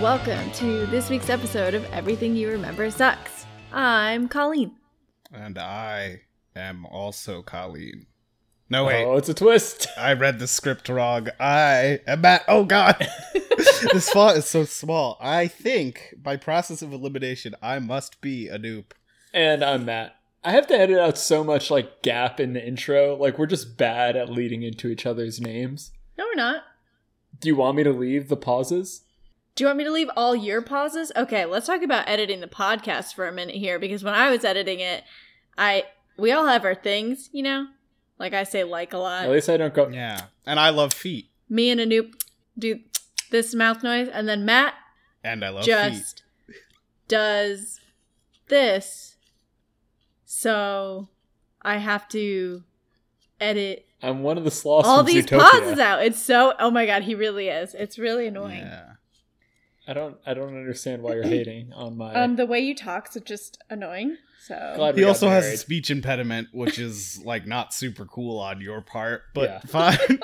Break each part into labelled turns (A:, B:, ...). A: Welcome to this week's episode of Everything You Remember Sucks. I'm Colleen.
B: And I am also Colleen. No, wait.
C: Oh, it's a twist.
B: I read the script wrong. I am Matt. Oh, God. this font is so small. I think, by process of elimination, I must be a noob.
C: And I'm Matt. I have to edit out so much like gap in the intro. Like we're just bad at leading into each other's names.
A: No, we're not.
C: Do you want me to leave the pauses?
A: Do you want me to leave all your pauses? Okay, let's talk about editing the podcast for a minute here because when I was editing it, I we all have our things, you know? Like I say like a lot.
C: At least I don't go.
B: Oh, Yeah. And I love feet.
A: Me and Anoop do this mouth noise and then Matt
B: And I love feet.
A: just does this. So I have to edit
C: I'm one of the sloths
A: all
C: from
A: these
C: Zootopia.
A: pauses out. It's so oh my god, he really is. It's really annoying.
B: Yeah.
C: I don't. I don't understand why you're hating on my.
A: Um, the way you talk's is just annoying. So
C: Glad we
B: He
C: got
B: also has a
C: married.
B: speech impediment, which is, like, not super cool on your part, but
C: Yeah.
B: fine.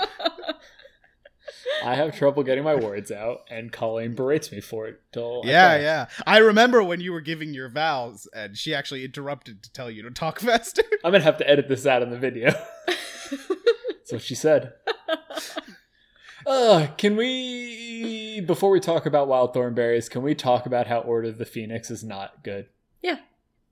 C: I have trouble getting my words out, and Colleen berates me for it. Till I
B: yeah,
C: cry.
B: yeah. I remember when you were giving your vows, and she actually interrupted to tell you to talk faster.
C: I'm gonna have to edit this out in the video. That's what she said. Uh, can we, before we talk about wild thornberries, can we talk about how Order of the Phoenix is not good?
A: Yeah.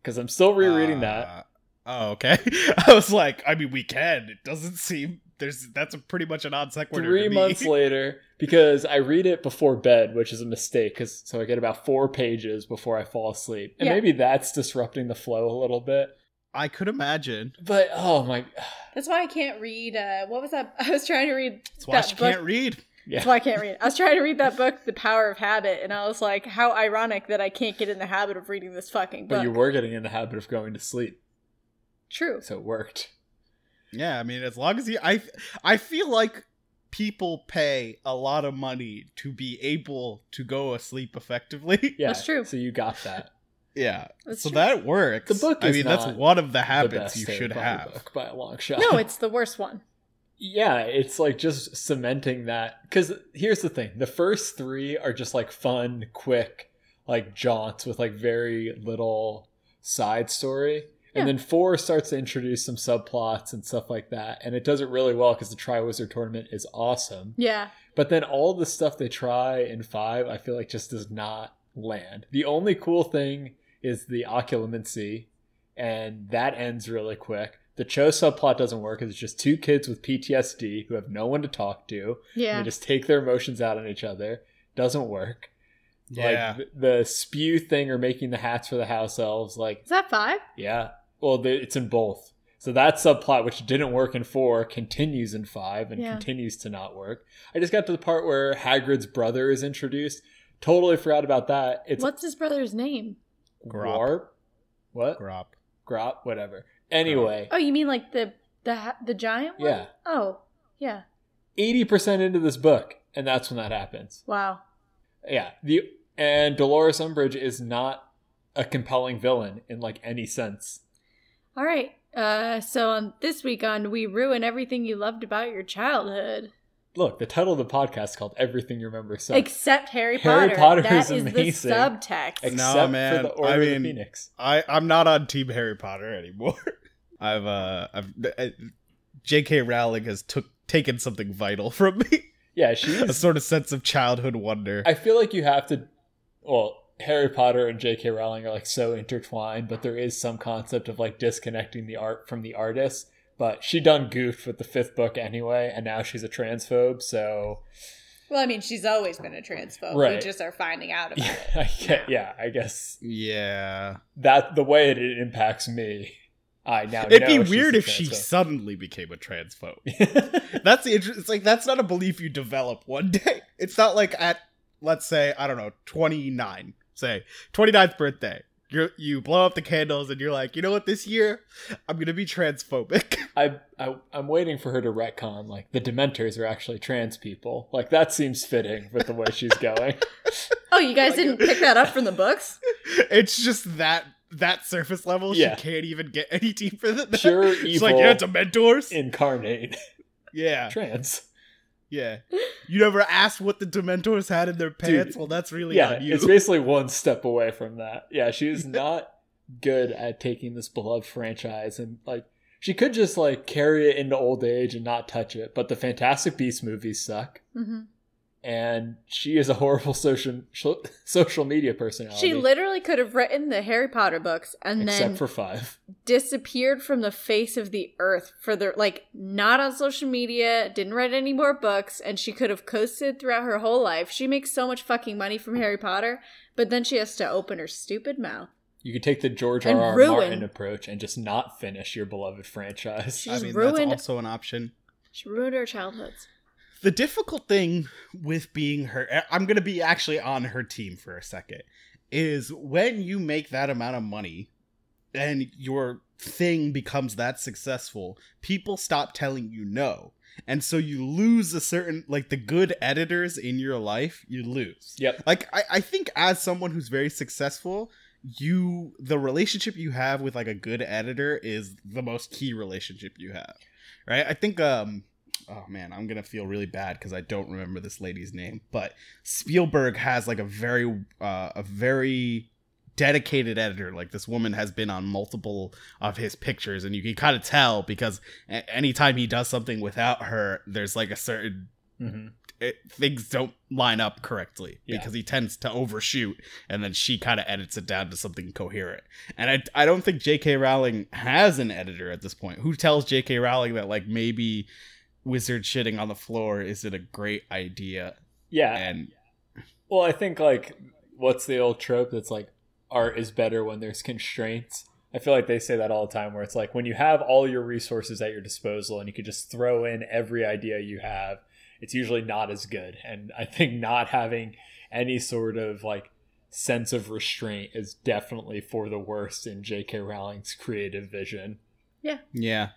C: Because I'm still rereading that.
B: Uh, Oh, okay. I was like, I mean, we can. It doesn't seem there's that's a pretty much a non sequitur.
C: Three
B: to me.
C: months later, because I read it before bed, which is a mistake, because so I get about four pages before I fall asleep, and
A: Yeah.
C: maybe that's disrupting the flow a little bit.
B: I could imagine.
C: But oh my,
A: that's why I can't read. Uh, what was that? I was trying to read.
B: That's why
A: that
B: she
A: book.
B: can't read.
C: yeah,
A: That's why I can't read. I was trying to read that book, The Power of Habit, and I was like, how ironic that I can't get in the habit of reading this fucking book.
C: but you were getting in the habit of going to sleep,
A: True.
C: so it worked.
B: Yeah, I mean, as long as you, I, I feel like people pay a lot of money to be able to go asleep effectively.
C: Yeah,
A: That's true.
C: So you got that.
B: Yeah,
A: That's
B: so
A: true.
B: that works.
C: The book
B: I
C: is
B: mean,
C: not
B: that's one of the
C: The
B: habits
C: best
B: you
C: Harry
B: should
C: Potter
B: have.
C: book by a long shot.
A: No, it's the worst one.
C: yeah, it's like just cementing that. Because here's the thing: the first three are just like fun, quick, like jaunts with like very little side story. And
A: Yeah.
C: then four starts to introduce some subplots and stuff like that, and it does it really well because the Triwizard Tournament is awesome.
A: Yeah.
C: But then all the stuff they try in five, I feel like just does not land. The only cool thing is the occlumency, and that ends really quick. The Cho subplot doesn't work 'cause it's just two kids with PTSD who have no one to talk to. and
A: Yeah.
C: They just take their emotions out on each other. Doesn't work.
B: Yeah,
C: Like th- the spew thing or making the hats for the house elves, like
A: Is that five?
C: yeah. Well, the, it's in both. So that subplot, which didn't work in four, continues in five and
A: Yeah.
C: continues to not work. I just got to the part where Hagrid's brother is introduced. Totally forgot about that. It's
A: What's his brother's name?
B: Grop.
C: Warp. What?
B: Grop.
C: Grop. Whatever. Anyway,
A: Oh, you mean like the the ha- the giant one?
C: Yeah.
A: Oh, yeah.
C: eighty percent into this book, and that's when that happens.
A: Wow.
C: Yeah. The and Dolores Umbridge is not a compelling villain in like any sense.
A: All right. Uh, so on this week on We Ruin Everything You Loved About Your Childhood,
C: Look, the title of the podcast is called "Everything You Remember." So
A: except Harry,
C: Harry
A: Potter.
C: Potter
A: That is
C: is amazing.
A: the subtext.
C: except
B: Nah,
C: for
B: man.
C: the Order
B: I
C: of the
B: mean,
C: Phoenix.
B: I I'm not on Team Harry Potter anymore. I've uh I've I, J.K. Rowling has took taken something vital from me,
C: Yeah, she's
B: a sort of sense of childhood wonder.
C: I feel like you have to. Well, Harry Potter and J.K. Rowling are like so intertwined, but there is some concept of like disconnecting the art from the artist. But she done goofed with the fifth book anyway, and now she's a transphobe. So
A: well, I mean, she's always been a transphobe.
C: Right.
A: We just are finding out about
C: yeah,
A: it.
C: I get, yeah, I guess
B: yeah,
C: that the way it impacts me, I now
B: it'd
C: know
B: be
C: she's
B: weird
C: a
B: if she
C: transphobe.
B: suddenly became a transphobe. That's the interest. It's like that's not a belief you develop one day. It's not like at let's say I don't know 29, say 29th birthday. You are you blow up the candles and you're like, you know what? This year I'm gonna be transphobic.
C: I, I I'm waiting for her to retcon like the Dementors are actually trans people. Like that seems fitting with the way she's going.
A: Oh, you guys
B: Like-
A: didn't pick that up from the books?
B: it's just that that surface level.
C: Yeah.
B: She can't even get any deeper than that.
C: Pure
B: She's
C: evil
B: like, yeah, it's a mentors.
C: incarnate
B: yeah,
C: trans.
B: Yeah. You never asked what the Dementors had in their pants? well, that's really
C: yeah,
B: on you.
C: it's basically one step away from that. Yeah, she is not good at taking this beloved franchise and like she could just like carry it into old age and not touch it. But the Fantastic Beasts movies suck,
A: hmm
C: and she is a horrible social social media personality.
A: She literally could have written the Harry Potter books and
C: except
A: then
C: for five.
A: disappeared from the face of the earth for the like not on social media, didn't write any more books, and she could have coasted throughout her whole life. She makes so much fucking money from Harry Potter, but then she has to open her stupid mouth.
C: You could take the George
A: And
C: R. R.
A: ruin-
C: Martin approach and just not finish your beloved franchise.
A: She just
B: I mean,
A: ruined
B: that's also an option.
A: she ruined her childhoods.
B: The difficult thing with being her, eh, I'm going to be actually on her team for a second, is when you make that amount of money and your thing becomes that successful, people stop telling you no. And so you lose a certain, like the good editors in your life, you lose.
C: Yep.
B: like I, I think as someone who's very successful you the relationship you have with like a good editor is the most key relationship you have right i think um oh man i'm gonna feel really bad because i don't remember this lady's name but spielberg has like a very uh, a very dedicated editor like this woman has been on multiple of his pictures and you can kind of tell because a- anytime he does something without her there's like a certain
C: hmm
B: it, things don't line up correctly
C: Yeah.
B: because he tends to overshoot and then she kind of edits it down to something coherent. And I, I don't think J.K. Rowling has an editor at this point. Who tells J.K. Rowling that, like, maybe wizard shitting on the floor isn't a great idea?
C: Yeah.
B: And
C: Well, I think like what's the old trope that's like art is better when there's constraints. I feel like they say that all the time where it's like when you have all your resources at your disposal and you could just throw in every idea you have, it's usually not as good. And I think not having any sort of like sense of restraint is definitely for the worst in J.K. Rowling's creative vision.
B: yeah.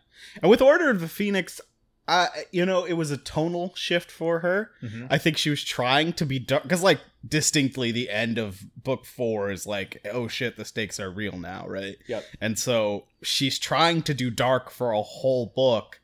B: And with Order of the Phoenix, I, you know, it was a tonal shift for her. I think she was trying to be dark because, like, distinctly, the end of book four is like, oh shit, the stakes are real now, right?
C: Yep.
B: And so she's trying to do dark for a whole book,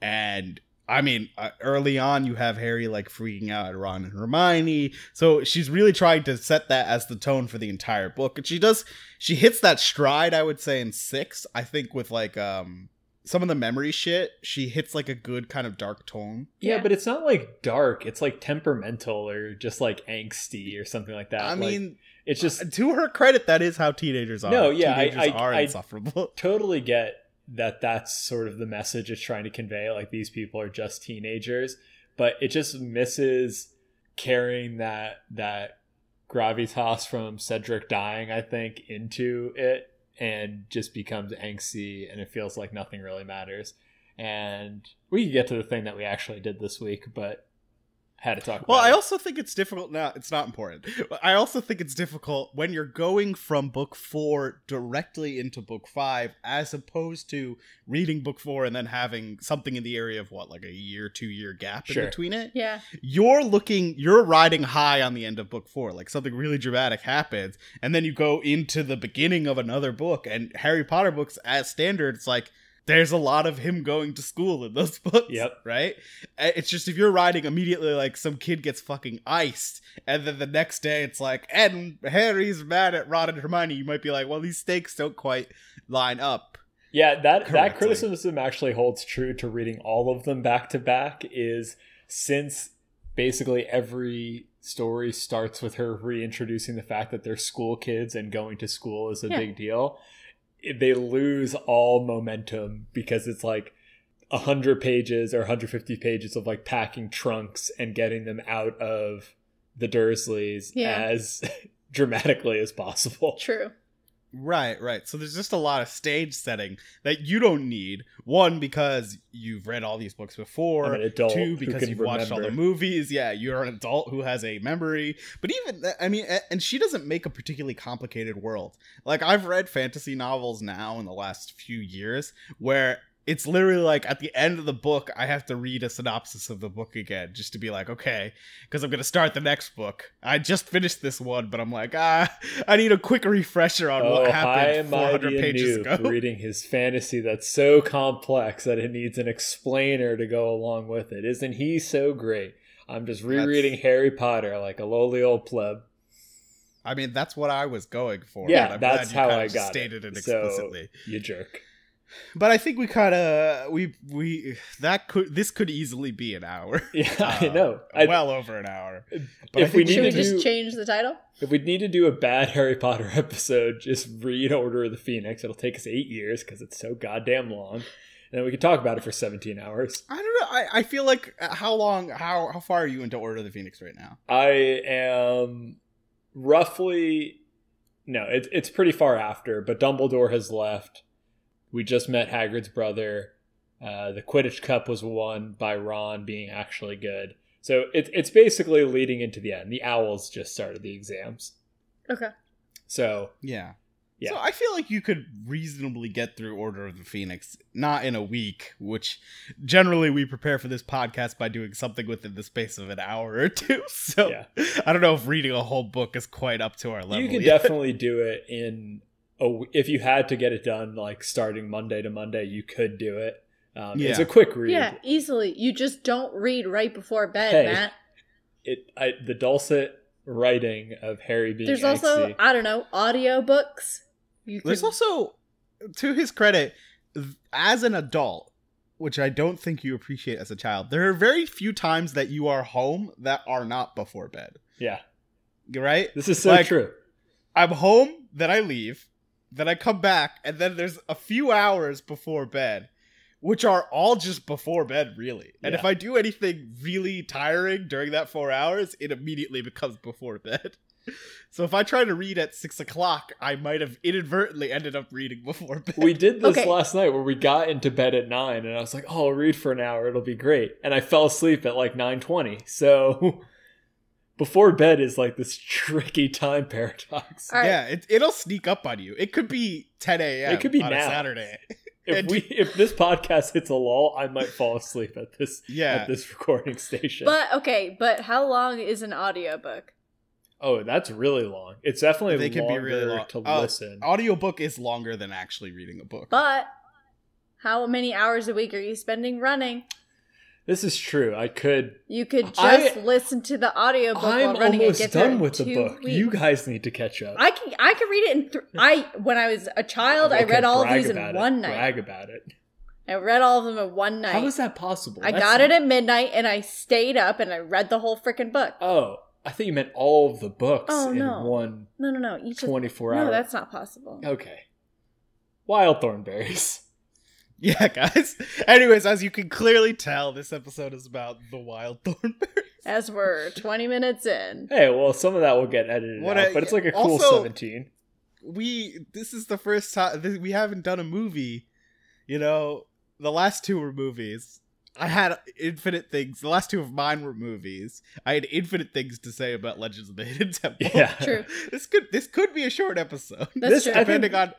B: and I mean, uh, early on, you have Harry like freaking out at Ron and Hermione, so she's really trying to set that as the tone for the entire book, and she does. She hits that stride, I would say, in six. I think with like um some of the memory shit, she hits like a good kind of dark tone.
C: Yeah,
A: Yeah.
C: but it's not like dark. It's like temperamental or just like angsty or something like that.
B: I
C: Like,
B: mean.
C: it's just
B: to her credit, that is how teenagers are.
C: No, yeah, I-
B: teenagers
C: I-
B: are
C: I-
B: insufferable.
C: totally get that that's sort of the message it's trying to convey like these people are just teenagers but it just misses carrying that that gravitas from cedric dying i think into it and just becomes angsty and it feels like nothing really matters and we can get to the thing that we actually did this week but had to talk
B: Well,
C: about
B: I
C: it.
B: also think it's difficult. Now it's not important. I also think it's difficult when you're going from book four directly into book five, as opposed to reading book four and then having something in the area of what, like a year, two year gap
C: Sure.
B: in between it.
A: Yeah.
B: You're looking, you're riding high on the end of book four, like something really dramatic happens, and then you go into the beginning of another book. And Harry Potter books, as standard, it's like there's a lot of him going to school in those books.
C: Yep.
B: Right? Uh, It's just if you're riding immediately, like some kid gets fucking iced, and then the next day it's like, and Harry's mad at Ron and Hermione, you might be like, well, these stakes don't quite line up.
C: Yeah, that that
B: Correctly.
C: criticism actually holds true to reading all of them back to back is since basically every story starts with her reintroducing the fact that they're school kids and going to school is a
A: Yeah.
C: big deal. it- They lose all momentum because it's like 100 pages or 150 pages of like packing trunks and getting them out of the Dursleys
A: Yeah.
C: as dramatically as possible.
A: True.
B: Right, right. So there's just a lot of stage setting that you don't need. One, because you've read all these books before.
C: I'm an adult
B: Two,
C: who
B: because
C: can
B: you've watched all the
C: remember.
B: movies. Yeah, you're an adult who has a memory. But even, th- I mean, a- and she doesn't make a particularly complicated world. Like, I've read fantasy novels now in the last few years where it's literally like at the end of the book, I have to read a synopsis of the book again just to be like, okay, because I'm going to start the next book. I just finished this one, but I'm like, ah, I need a quick refresher on
C: Oh,
B: what happened 400 pages
C: Anoop
B: ago.
C: reading his fantasy that's so complex that it needs an explainer to go along with it. Isn't he so great? I'm just rereading Harry Potter like a lowly old pleb.
B: I mean, that's what I was going for.
C: Yeah,
B: but I'm glad
C: that's
B: you
C: how
B: kind
C: I
B: of
C: got
B: stated it,
C: So-
B: explicitly.
C: You jerk.
B: But I think we kind of we we that could this could easily be an hour.
C: Yeah, I
B: Uh,
C: know. I,
B: well over an hour. But I
C: if we
B: think
C: need
A: Should we
C: to
A: just
C: do,
A: change the title?
C: if we need to do a bad Harry Potter episode, just read Order of the Phoenix. It'll take us eight years because it's so goddamn long, and then we can talk about it for 17 hours.
B: I don't know. I, I feel like uh, how long how how far are you into Order of the Phoenix right now?
C: I am roughly no, it, it's pretty far after, but Dumbledore has left. We just met Hagrid's brother. Uh, the Quidditch Cup was won by Ron being actually good. So it, it's basically leading into the end. The Owls just started the exams.
A: Okay.
C: So
B: Yeah.
C: Yeah.
B: So I feel like you could reasonably get through Order of the Phoenix, not in a week, which generally we prepare for this podcast by doing something within the space of an hour or two. So
C: Yeah.
B: I don't know if reading a whole book is quite up to our level.
C: you could
B: yet.
C: definitely do it in a w- if you had to get it done like starting Monday to Monday, you could do it. Um, It's
B: Yeah.
C: a quick read.
A: Yeah, easily. You just don't read right before bed,
C: Hey,
A: Matt.
C: It I, the dulcet writing of Harry being
A: There's
C: angsty.
A: also, I don't know, audiobooks. You
B: There's
A: could-
B: also, to his credit, th- as an adult, which I don't think you appreciate as a child, there are very few times that you are home that are not before bed.
C: Yeah,
B: Right?
C: this is so
B: Like-
C: true.
B: I'm home, then I leave, then I come back, and then there's a few hours before bed, which are all just before bed, really. And
C: Yeah.
B: if I do anything really tiring during that four hours, it immediately becomes before bed. So if I try to read at six o'clock, I might have inadvertently ended up reading before bed.
C: We did this
A: Okay.
C: last night where we got into bed at nine, and I was like, "Oh, I'll read for an hour; it'll be great." And I fell asleep at like nine twenty. So before bed is like this tricky time paradox.
A: All right.
B: Yeah, it, it'll sneak up on you. It could be 10 a.m.
C: It could be
B: on a
C: now.
B: Saturday.
C: If we if this podcast hits a lull, I might fall asleep at this
B: Yeah,
C: at this recording station.
A: But, okay, but how long is an audiobook?
C: oh, that's really long. It's definitely
B: They can be
C: longer
B: really long.
C: to
B: Oh,
C: listen.
B: audiobook is longer than actually reading a book.
A: But how many hours a week are you spending running?
C: This is true. I could
A: You could
C: I-
A: just listen to the audiobook
C: I'm
A: while running and
C: almost
A: get
C: done
A: through it
C: with
A: in
C: the
A: two
C: book.
A: Weeks.
C: You guys need to catch up.
A: I can I can read it in th- I when I was a child I
C: Okay,
A: read all of
C: brag
A: these in
C: about it.
A: one night.
C: Brag about it.
A: I read all of them in one night.
C: How is that possible?
A: I
C: That's-
A: got it at midnight and I stayed up and I read the whole freaking book.
C: Oh, I think you meant all of the books
A: Oh,
C: in
A: no.
C: one
A: No, no, no. Each of
C: 24 hour.
A: No, that's not possible.
C: okay. Wild thornberries.
B: Yeah, guys. Anyways, as you can clearly tell, this episode is about the wild thornberry.
A: As we're 20 minutes in.
C: Hey, well, some of that will get edited
B: What
C: out,
B: a-
C: but it's like a cool
B: also-
C: 17.
B: We this is the first time this, we haven't done a movie. You know, the last two were movies. I had infinite things. The last two of mine were movies. I had infinite things to say about Legends of the Hidden Temple.
C: Yeah.
A: True.
B: This could this could be a short episode,
A: That's
C: This-
A: true.
C: I think-
B: depending on.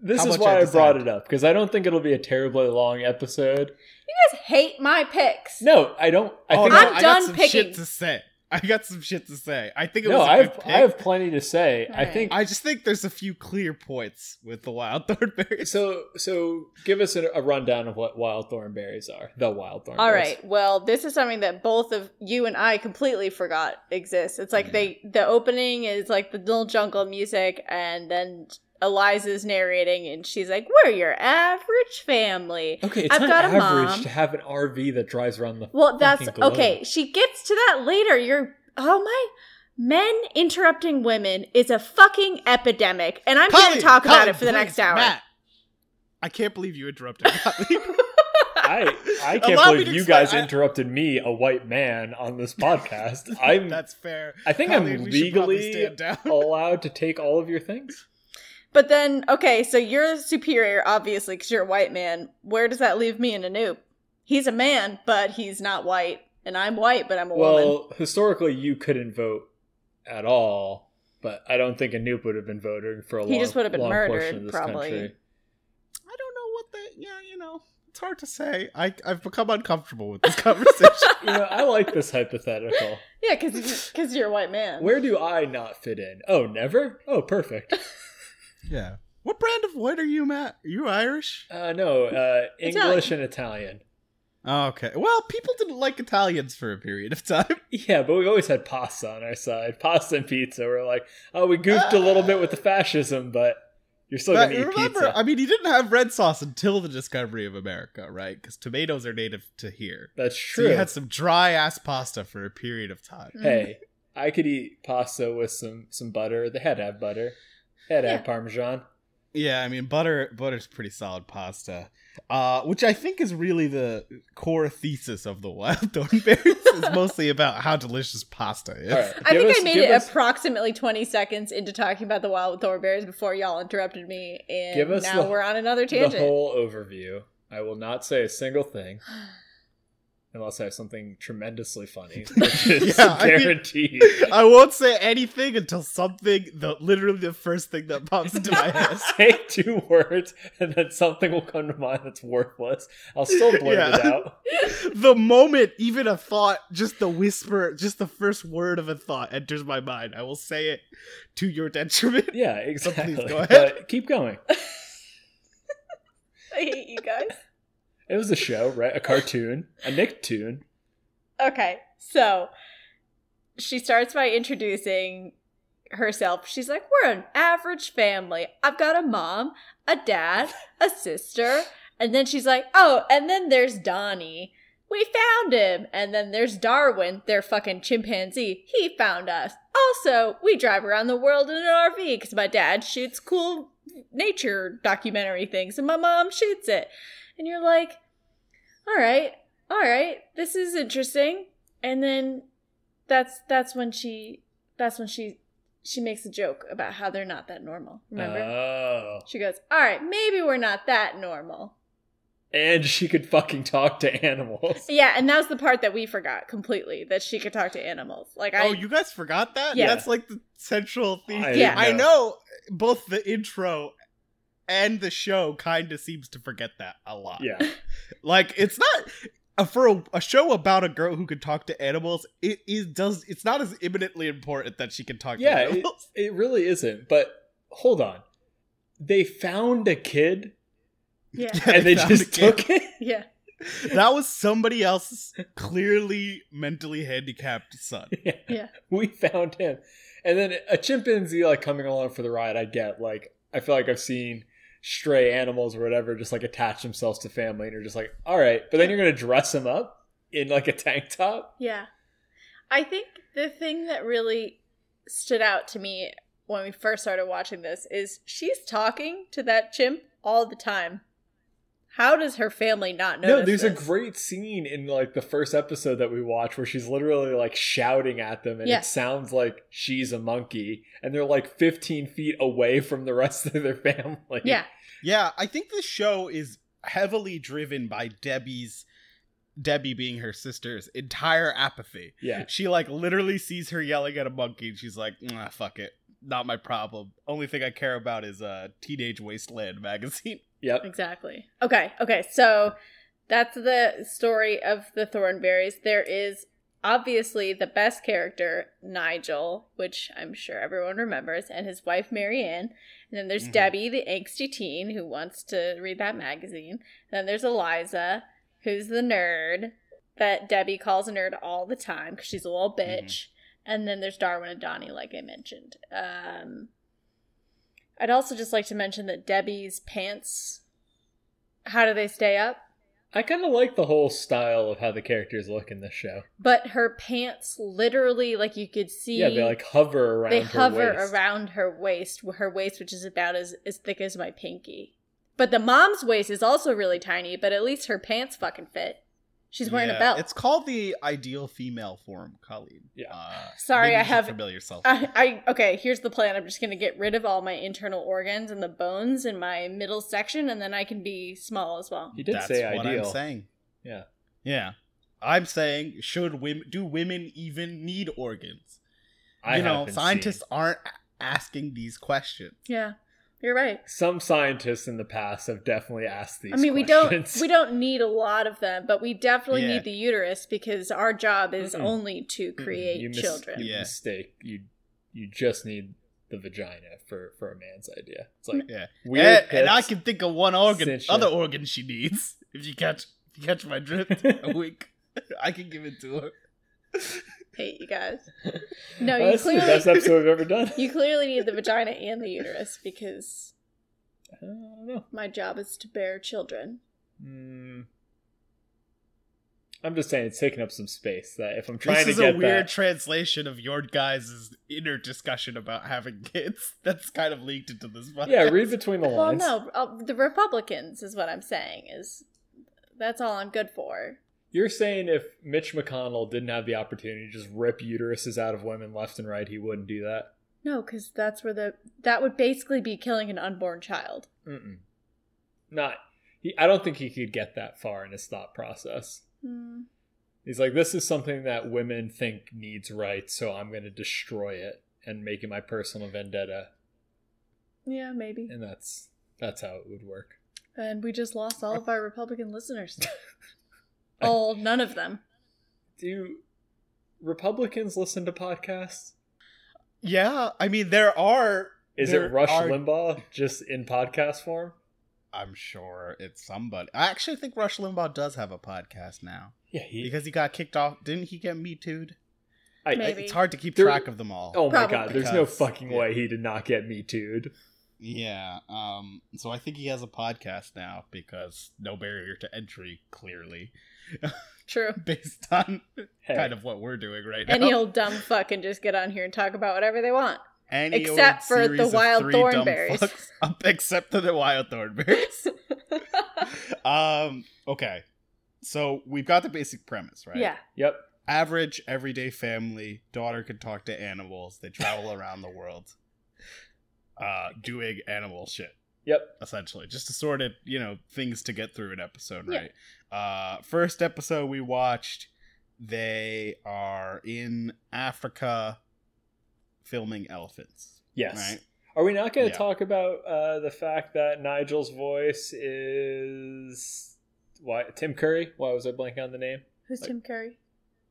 C: This
B: How
C: is
B: much I
C: why I, brought
B: decide.
C: it up because I don't think it'll be a terribly long episode.
A: you guys hate my picks.
C: No, I don't. I
B: Oh,
C: think
B: no,
A: I'm
B: I got
A: done
B: some
A: picking.
B: shit to say. I got some shit to say. I think it
C: no.
B: was a
C: I
B: good
C: have
B: pick.
C: I have plenty to say. I
A: Alright.
C: think
B: I just think there's a few clear points with the wild thornberry.
C: so. So give us a, a rundown of what wild thornberries are. The wild thornberries.
A: All right. Well, this is something that both of you and I completely forgot exists. It's like they the opening is like the little jungle music, and then Eliza's narrating, and she's like, "We're your average family."
C: Okay, it's
A: I've
C: not
A: got a
C: average
A: mom.
C: to have an RV that drives around the.
A: Well, that's
C: Fucking globe.
A: okay. She gets to that later. You're oh my. Men interrupting women is a fucking epidemic, and I'm here
B: Colleen,
A: to talk about
B: Colleen,
A: it for the
B: please,
A: next hour.
B: Matt, I can't believe you interrupted. Colleen.
C: I I can't
B: Allow me
C: believe
B: to
C: you
B: explain-
C: guys
B: I-
C: interrupted me, a white man, on this podcast. I'm.
B: That's fair.
C: I think
B: Colleen,
C: I'm
B: we should probably
C: legally
B: stand down.
C: allowed to take all of your things.
A: But then, okay, so you're superior, obviously, because you're a white man. Where does that leave me in a noob? He's a man, but he's not white, and I'm white, but I'm a woman.
C: Well, historically, you couldn't vote at all, but I don't think a Anoop would have been voting for a
A: He
C: long,
A: just would have been
C: long portion
A: murdered,
C: of this
A: probably.
C: country.
B: I don't know what the yeah, you know. it's hard to say. I I've become uncomfortable with this conversation.
C: You know, I like this hypothetical.
A: Yeah, because because you're a white man.
C: Where do I not fit in? Oh, never? Oh, perfect.
B: yeah. What brand of white are you, Matt? Are you Irish?
C: Uh, no, uh, English
A: Italian.
C: and Italian.
B: Oh, okay. Well, people didn't like Italians for a period of time.
C: Yeah, but we always had pasta on our side. Pasta and pizza. We're like, oh, we goofed a little bit with the fascism, but you're still
B: But
C: going to eat
B: remember,
C: pizza.
B: I mean, he didn't have red sauce until the discovery of America, right? Because tomatoes are native to here.
C: That's
B: So
C: true.
B: you had some dry ass pasta for a period of time.
A: Mm.
C: hey, I could eat pasta with some, some butter. They had to have butter. They had to have
A: Yeah.
C: Parmesan.
B: Yeah, I mean butter butter's pretty solid pasta. Uh, which I think is really the core thesis of the wild thornberries is mostly about how delicious pasta is.
C: All right,
A: I
C: give
A: think
C: us-
A: I made
C: give
A: it
C: us-
A: approximately 20 seconds into talking about the wild thornberries before y'all interrupted me, and
C: Give us
A: now
C: the-
A: we're on another
C: the
A: tangent.
C: whole overview. I will not say a single thing unless I have something tremendously funny, which is
B: Yeah, I mean-
C: guaranteed.
B: I won't say anything until something the literally the first thing that pops into my head.
C: say two words, and then something will come to mind that's worthless. I'll still blurt it
B: Yeah.
C: out.
B: The moment even a thought, just the whisper, just the first word of a thought enters my mind. I will say it to your detriment.
C: Yeah, exactly.
B: Oh, go ahead.
C: But keep going.
A: I hate you guys.
C: It was a show, right? A cartoon, a Nicktoon.
A: Okay, so she starts by introducing herself. She's like, We're an average family. I've got a mom, a dad, a sister. And then she's like, Oh, and then there's Donnie. We found him. And then there's Darwin, their fucking chimpanzee. He found us. Also, we drive around the world in an RV because my dad shoots cool nature documentary things and my mom shoots it. And you're like, All right, all right this is interesting and then that's that's when she that's when she she makes a joke about how they're not that normal remember
C: Oh.
A: she goes all right maybe we're not that normal
C: And she could fucking talk to animals.
A: yeah and that was the part that we forgot completely that she could talk to animals like i
B: Oh, you guys forgot that?
A: Yeah.
B: That's like the central theme.
C: I
A: Yeah.
B: I know both the intro and the show kind of seems to forget that a lot.
C: Yeah.
B: Like it's not uh, for a, a show about a girl who can talk to animals. It, it does. It's not as imminently important that she can talk
C: Yeah,
B: to animals.
C: It really isn't. But hold on. They found a kid
A: yeah
B: Yeah,
C: and they
B: found a
C: just
B: kid.
C: took it.
A: yeah
B: that was somebody else's clearly mentally handicapped son.
C: yeah.
A: Yeah.
C: We found him. And then a chimpanzee like coming along for the ride, I get like I feel like I've seen stray animals or whatever just like attach themselves to family and are just like, all right, but then you're gonna dress him up in like a tank top.
A: yeah i think the thing that really stood out to me when we first started watching this is she's talking to that chimp all the time how does her family not know
C: no, there's a great scene in like the first episode that we watch where she's literally like shouting at them and
A: Yeah.
C: it sounds like she's a monkey and they're like 15 feet away from the rest of their family.
A: yeah
B: Yeah, I think the show is heavily driven by Debbie's Debbie being her sister's entire apathy.
C: Yeah.
B: She like literally sees her yelling at a monkey and she's like, nah, fuck it. Not my problem. Only thing I care about is uh Teenage Wasteland magazine.
C: Yep.
A: Exactly. Okay. Okay. So that's the story of the Thornberries. There is obviously the best character, Nigel, which I'm sure everyone remembers, and his wife, Marianne. And then there's
B: Mhm.
A: Debbie, the angsty teen who wants to read that magazine. then there's Eliza, who's the nerd that Debbie calls a nerd all the time because she's a little
C: Mm-hmm.
A: bitch. And then there's Darwin and Donnie, like I mentioned. Um, I'd also just like to mention that Debbie's pants. How do they stay up?
C: I kind of like the whole style of how the characters look in this show.
A: But her pants literally, like you could see,
C: Yeah, they like hover around.
A: they
C: her
A: hover
C: waist.
A: around her waist, her waist, which is about as, as thick as my pinky. But the mom's waist is also really tiny, but at least her pants fucking fit. She's wearing
B: Yeah,
A: a belt.
B: It's called the ideal female form, Colleen.
C: Yeah.
B: Uh,
A: Sorry,
B: maybe
A: I
B: you should
A: have-
B: familiar yourself.
A: I, I okay. Here's the plan. I'm just gonna get rid of all my internal organs and the bones in my middle section, and then I can be small as well.
C: He did
B: That's
C: say
B: what
C: ideal.
B: I'm saying.
C: Yeah.
B: Yeah. I'm saying should women do women even need organs?
C: I
B: you know,
C: haven't
B: scientists
C: seen.
B: aren't a- asking these questions.
A: Yeah. You're right.
C: Some scientists in the past have definitely asked these.
A: I mean, we don't
C: questions.
A: we don't need a lot of them, but we definitely
B: Yeah.
A: need the uterus because our job is
C: Mm-mm.
A: only to
C: Mm-mm.
A: create
C: You mis-
A: children.
C: You
B: Yeah.
C: mistake. You you just need the vagina for for a man's idea. It's like
B: Yeah.
C: weird.
B: and, and I
C: bits.
B: can think of one organ,
C: Cinch
B: other
C: it.
B: organ she needs. If you catch, if you catch my drift, a week, I can give it to her.
A: Hate you guys. No,
C: Well,
A: you
C: that's
A: clearly
C: the best episode we've ever done.
A: you clearly need the vagina and the uterus because
C: I don't know.
A: my job is to bear children.
C: Mm. I'm just saying it's taking up some space. That if I'm trying
B: This
C: to
B: is
C: get
B: a weird
C: that,
B: translation of your guys' inner discussion about having kids. That's kind of leaked into this podcast.
C: yeah, read between the
A: Well,
C: lines.
A: no, uh, the Republicans is what I'm saying is that's all I'm good for.
C: You're saying if Mitch McConnell didn't have the opportunity to just rip uteruses out of women left and right, he wouldn't do that.
A: No, because that's where the that would basically be killing an unborn child.
C: Mm-mm. Not. He, I don't think he could get that far in his thought process.
A: Hmm.
C: He's like, this is something that women think needs rights, so I'm going to destroy it and make it my personal vendetta,
A: Yeah, maybe.
C: and that's that's how it would work.
A: And we just lost all of our Republican listeners. all none of them.
C: Do Republicans listen to podcasts?
B: Yeah, I mean there are.
C: Is
B: there
C: it Rush
B: are-
C: Limbaugh just in podcast form?
B: I'm sure it's somebody. I actually think Rush Limbaugh does have a podcast now
C: Yeah, he.
B: because he got kicked off. Didn't he get me too'd?
C: I,
A: Maybe.
B: It's hard to keep
C: There-
B: track of them all.
C: oh my
A: Probably.
C: god, there's no
B: Because-
C: fucking
B: yeah.
C: way he did not get me too'd.
B: Yeah. Um. So I think he has a podcast now because no barrier to entry, clearly,
A: True.
B: based on
C: Hey,
B: kind of what we're doing right now.
A: Any old dumb fuck can just get on here and talk about whatever they want.
B: Any
A: except for
B: series
A: the
B: of
A: wild
B: three dumb
A: thornberries.
B: fucks up- except for the wild thornberries. um. Okay. So we've got the basic premise, right?
A: Yeah.
C: Yep.
B: Average everyday family daughter can talk to animals. They travel around the world, uh, doing animal shit.
C: Yep.
B: essentially just to sort of you know things to get through an episode
A: Yeah.
B: right uh first episode we watched they are in africa filming elephants
C: Yes.
B: right
C: Are we not going to
B: Yeah.
C: talk about uh, the fact that Nigel's voice is why Tim Curry? Why was I blanking on the name?
A: Who's
C: Like-
A: Tim Curry?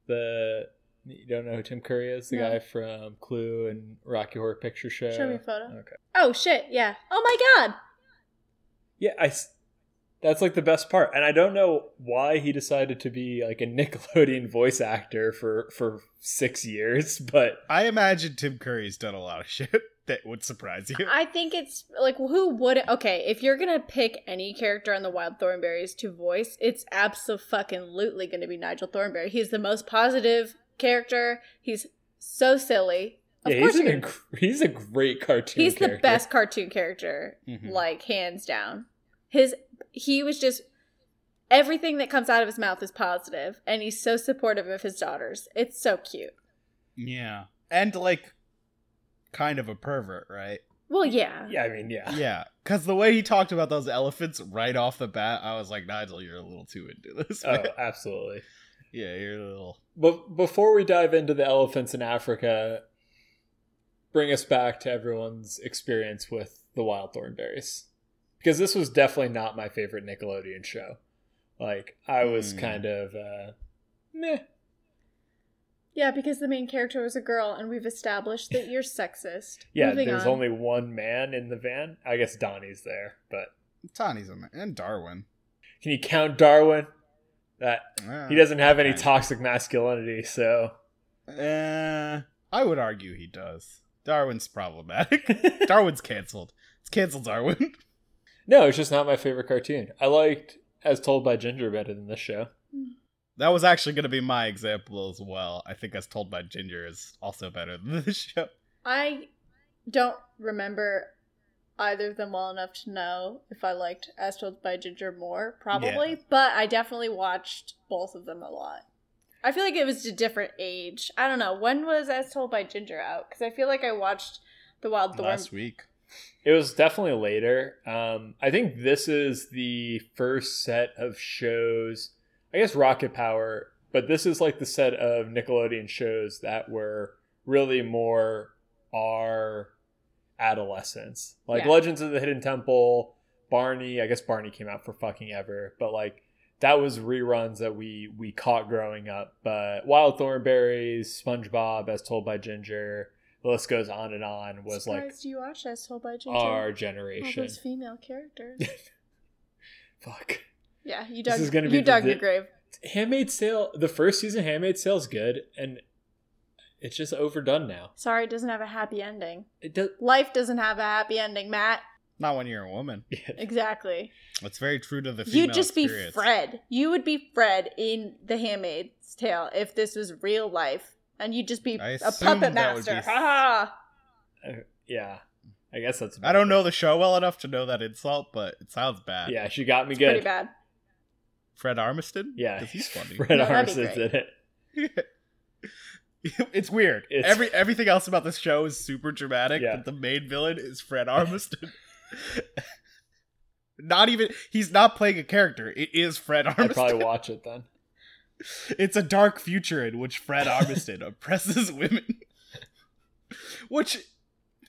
C: The you don't know who Tim Curry is? The
A: No.
C: guy from Clue and Rocky Horror Picture Show.
A: Show me a photo.
C: Okay.
A: Oh shit, yeah. Oh my god.
C: Yeah, I. s- That's like the best part, and I don't know why he decided to be like a Nickelodeon voice actor for for six years, but
B: i imagine tim curry's done a lot of shit that would surprise you
A: I think it's like who would okay, if you're gonna pick any character on the Wild Thornberries to voice, it's absolutely gonna be Nigel Thornberry. He's the most positive character. He's so silly. Of
C: yeah,
A: course
C: he's
A: you're
C: an
A: gonna-
C: inc- he's a great cartoon.
A: he's the
C: character. Mm-hmm.
A: best cartoon character
B: Mhm.
A: like hands down his he was just everything that comes out of his mouth is positive and he's so supportive of his daughters it's so cute
B: yeah and like kind of a pervert right
A: well yeah,
C: Yeah, I mean, yeah,
B: yeah because the way he talked about those elephants right off the bat i was like nigel you're a little too into this
C: oh,
B: man.
C: absolutely.
B: yeah you're a little
C: But before we dive into the elephants in Africa, bring us back to everyone's experience with the wild thornberries. Because this was definitely not my favorite Nickelodeon show. Like, I was
B: Hmm.
C: kind of uh meh.
A: yeah because the main character was a girl and we've established that you're sexist
C: Yeah,
A: Moving
C: there's
A: on.
C: only one man in the van. I guess Donnie's there, but
B: Tawny's in there, and Darwin.
C: can you count Darwin? That
B: Uh,
C: he doesn't have any
B: okay.
C: toxic masculinity, so
B: Uh, I would argue he does. Darwin's problematic. Darwin's canceled. It's canceled, Darwin.
C: No, it's just not my favorite cartoon. I liked As Told by Ginger better than this show.
B: That was actually going to be my example as well. I think, as told by Ginger, is also better than this show.
A: i don't remember either of them well enough to know if i liked as told by ginger more probably but i definitely watched both of them a lot I feel like it was a different age. I don't know. When was As Told by Ginger out? Because I feel like I watched The Wild Thorn.
B: Last week.
C: It was definitely later. Um, I think this is the first set of shows. I guess Rocket Power, but this is like the set of Nickelodeon shows that were really more R adolescence. Like
A: Yeah.
C: Legends of the Hidden Temple, Barney, I guess Barney came out for fucking ever, but like that was reruns that we we caught growing up. But Wild Thornberries, SpongeBob, As Told by Ginger, the list goes on and on. Was
A: Surprised you watched that whole by
C: like our generation.
A: those female characters.
C: Fuck.
A: yeah, you
C: This
A: dug.
C: is gonna be
A: you dug
C: the-
A: your grave.
C: Handmaid's Tale. The first season, of Handmaid's Tale is good, and it's just overdone now.
A: Sorry, it doesn't have a happy ending.
C: It does.
A: Life doesn't have a happy ending, Matt.
B: Not when you're a woman.
C: Yeah.
A: Exactly.
B: That's very true to the female
A: You'd just be
B: experience.
A: Fred. You would be Fred in The Handmaid's Tale if this was real life, and you'd just be
B: I
A: a
B: assume
A: puppet
B: that would
A: master.
B: be-
A: Ha
C: Uh, yeah. I guess that's.
B: I don't know the show well enough to know that insult, but it sounds bad.
C: Yeah, she got me
A: It's pretty
C: good.
A: bad.
B: Fred Armiston?
C: Yeah,
B: Because he's funny.
C: Fred
A: No, that'd be
C: Armisen
A: great.
C: did it.
B: it's weird.
C: It's-
B: Every everything else about this show is super dramatic,
C: Yeah.
B: but the main villain is Fred Armiston. not even he's not playing a character. It is Fred
C: I'd probably
B: Armiston.
C: watch it then.
B: It's a dark future in which Fred Armiston oppresses women. which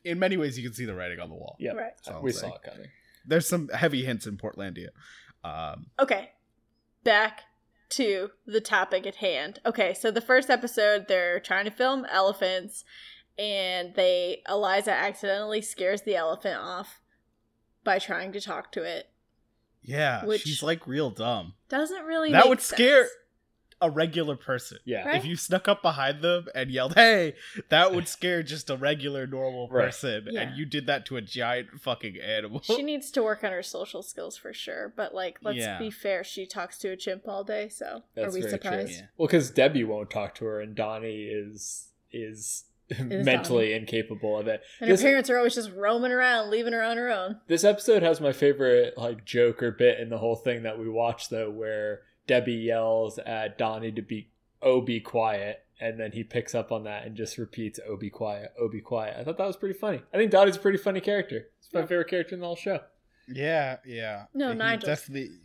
B: in many ways you can see the writing on the wall.
C: Yeah,
A: Right.
B: Sounds
C: we
B: like-
C: saw it coming.
B: There's some heavy hints in Portlandia. Um
A: Okay. Back to the topic at hand. Okay, so the first episode they're trying to film elephants and they Eliza accidentally scares the elephant off by trying to talk to it.
B: yeah,
A: Which-
B: she's like real dumb.
A: Doesn't really
B: That
A: make
B: would
A: sense.
B: scare- A regular person.
C: Yeah,
A: Right?
B: If you snuck up behind them and yelled, "Hey," that would scare just a regular normal
C: Right.
B: person,
A: Yeah.
B: and you did that to a giant fucking animal.
A: She needs to work on her social skills for sure, but like let's
B: Yeah.
A: be fair, she talks to a chimp all day, so
C: that's
A: are we
C: very
A: surprised?
C: true.
B: Yeah.
C: Well, because Debbie won't talk to her, and Donnie is is mentally incapable of it.
A: And
C: This-
A: her parents are always just roaming around, leaving her on her own.
C: This episode has my favorite like joke or bit in the whole thing that we watched though, where Debbie yells at Donnie to be "Oh, be quiet," and then he picks up on that and just repeats "Oh, be quiet, oh, be quiet." I thought that was pretty funny. I think Donnie's a pretty funny character. It's my
A: Yeah.
C: favorite character in the whole show.
B: yeah, yeah.
A: No,
B: He
A: Nigel.
B: Definitely.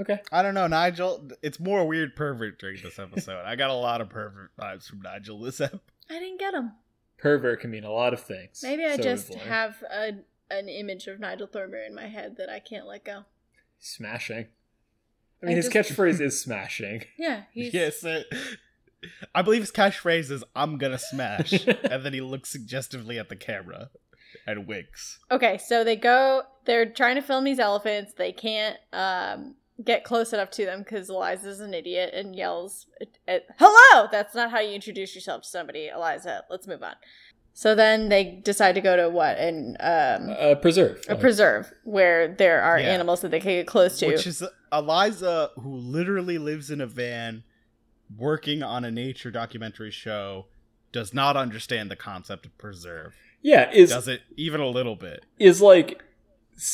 C: Okay,
B: I don't know, Nigel. It's more weird pervert during this episode. I got a lot of pervert vibes from Nigel this ep.
A: I didn't get them.
C: pervert can mean a lot of things.
A: Maybe I
C: So
A: just
C: we've learned.
A: have a, an image of Nigel Thornberry in my head that I can't let go.
C: smashing.
A: I
C: I mean, his
A: just-
C: catchphrase is smashing.
A: Yeah, he's
B: Yes. uh, I believe his catchphrase is "I'm gonna smash," and then he looks suggestively at the camera and winks.
A: okay. So they go. They're trying to film these elephants. They can't um, get close enough to them because Eliza's an idiot and yells, at, at, "Hello!" That's not how you introduce yourself to somebody, Eliza. Let's move on. So then they decide to go to what and um,
C: Uh, preserve.
A: a preserve where there are
B: Yeah.
A: animals that they can get close to.
B: Which is Eliza, who literally lives in a van working on a nature documentary show, does not understand the concept of preserve.
C: Yeah, is
B: Does it even a little bit?
C: is like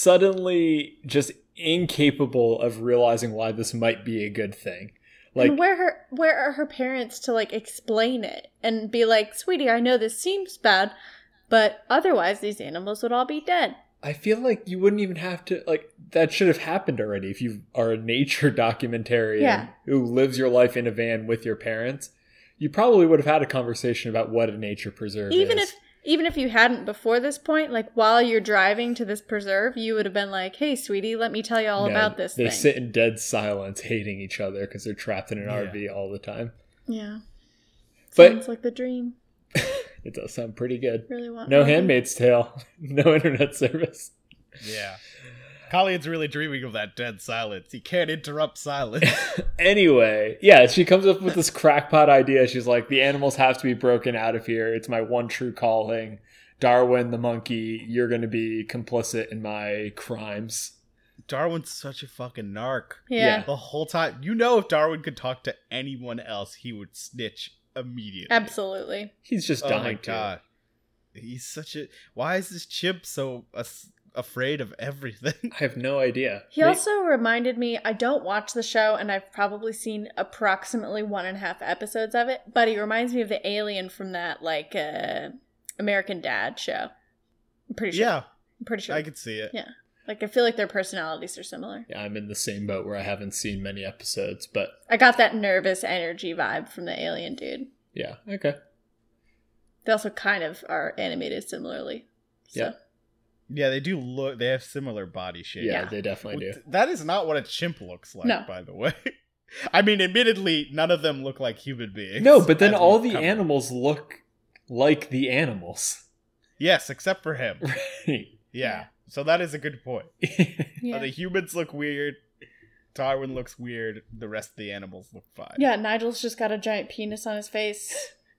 C: suddenly just incapable of realizing why this might be a good thing. Like,
A: and where her where are her parents to like explain it and be like, "Sweetie, I know this seems bad, but otherwise these animals would all be dead."
C: I feel like you wouldn't even have to like that should have happened already if you are a nature documentarian
A: Yeah.
C: who lives your life in a van with your parents. You probably would have had a conversation about what a nature preserve
A: even
C: is.
A: if even if you hadn't before this point, like while you're driving to this preserve, you would have been like, "Hey, sweetie, let me tell you all
C: No,
A: about this
C: They
A: thing."
C: sit in dead silence, hating each other because they're trapped in an
B: Yeah.
C: RV all the time.
A: yeah,
C: But-
A: sounds like the dream.
C: It does sound pretty good.
A: Really want
C: No
A: one.
C: Handmaid's Tale, no internet service.
B: Yeah. Colleen's really dreaming of that dead silence. He can't interrupt silence.
C: Anyway, yeah, she comes up with this crackpot idea. She's like, the animals have to be broken out of here. It's my one true calling. Darwin the monkey, you're going to be complicit in my crimes.
B: Darwin's such a fucking narc.
A: Yeah,
B: The whole time, you know, if Darwin could talk to anyone else, he would snitch immediately.
A: absolutely.
C: He's just
B: Oh
C: dying.
B: my
C: to.
B: god, he's such a. Why is this chimp so as- afraid of everything?
C: I have no idea.
A: He
C: May-
A: also reminded me, I don't watch the show and I've probably seen approximately one and a half episodes of it, but he reminds me of the alien from that like uh American Dad show. I'm pretty sure.
B: yeah,
A: I'm pretty sure.
B: I could see it.
A: like I feel like their personalities are similar.
C: Yeah, I'm in the same boat where I haven't seen many episodes, but
A: I got that nervous energy vibe from the alien dude.
C: yeah, okay.
A: They also kind of are animated similarly. So,
C: Yeah.
B: Yeah, they do look. They have similar body shape.
C: Yeah,
A: Yeah.
C: they definitely
B: Well,
C: do.
B: th- That is not what a chimp looks like,
A: No.
B: by the way. I mean, admittedly, none of them look like human beings.
C: No, but then
B: as
C: all
B: we've
C: the
B: covered.
C: animals look like the animals.
B: Yes, except for him.
C: Right.
B: Yeah. So that is a good point.
A: yeah.
B: The humans look weird. Darwin looks weird. The rest of the animals look fine.
A: Yeah, Nigel's just got a giant penis on his face.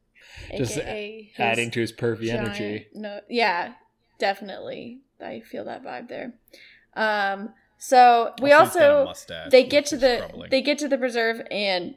C: Just
A: AKA his
C: Adding to his pervy
A: giant-
C: energy.
A: No, yeah, definitely. I feel that vibe there. Um, so we
B: he's got a
A: also
B: mustache,
A: they
B: which
A: get to
B: is
A: the
B: troubling.
A: they get to the preserve and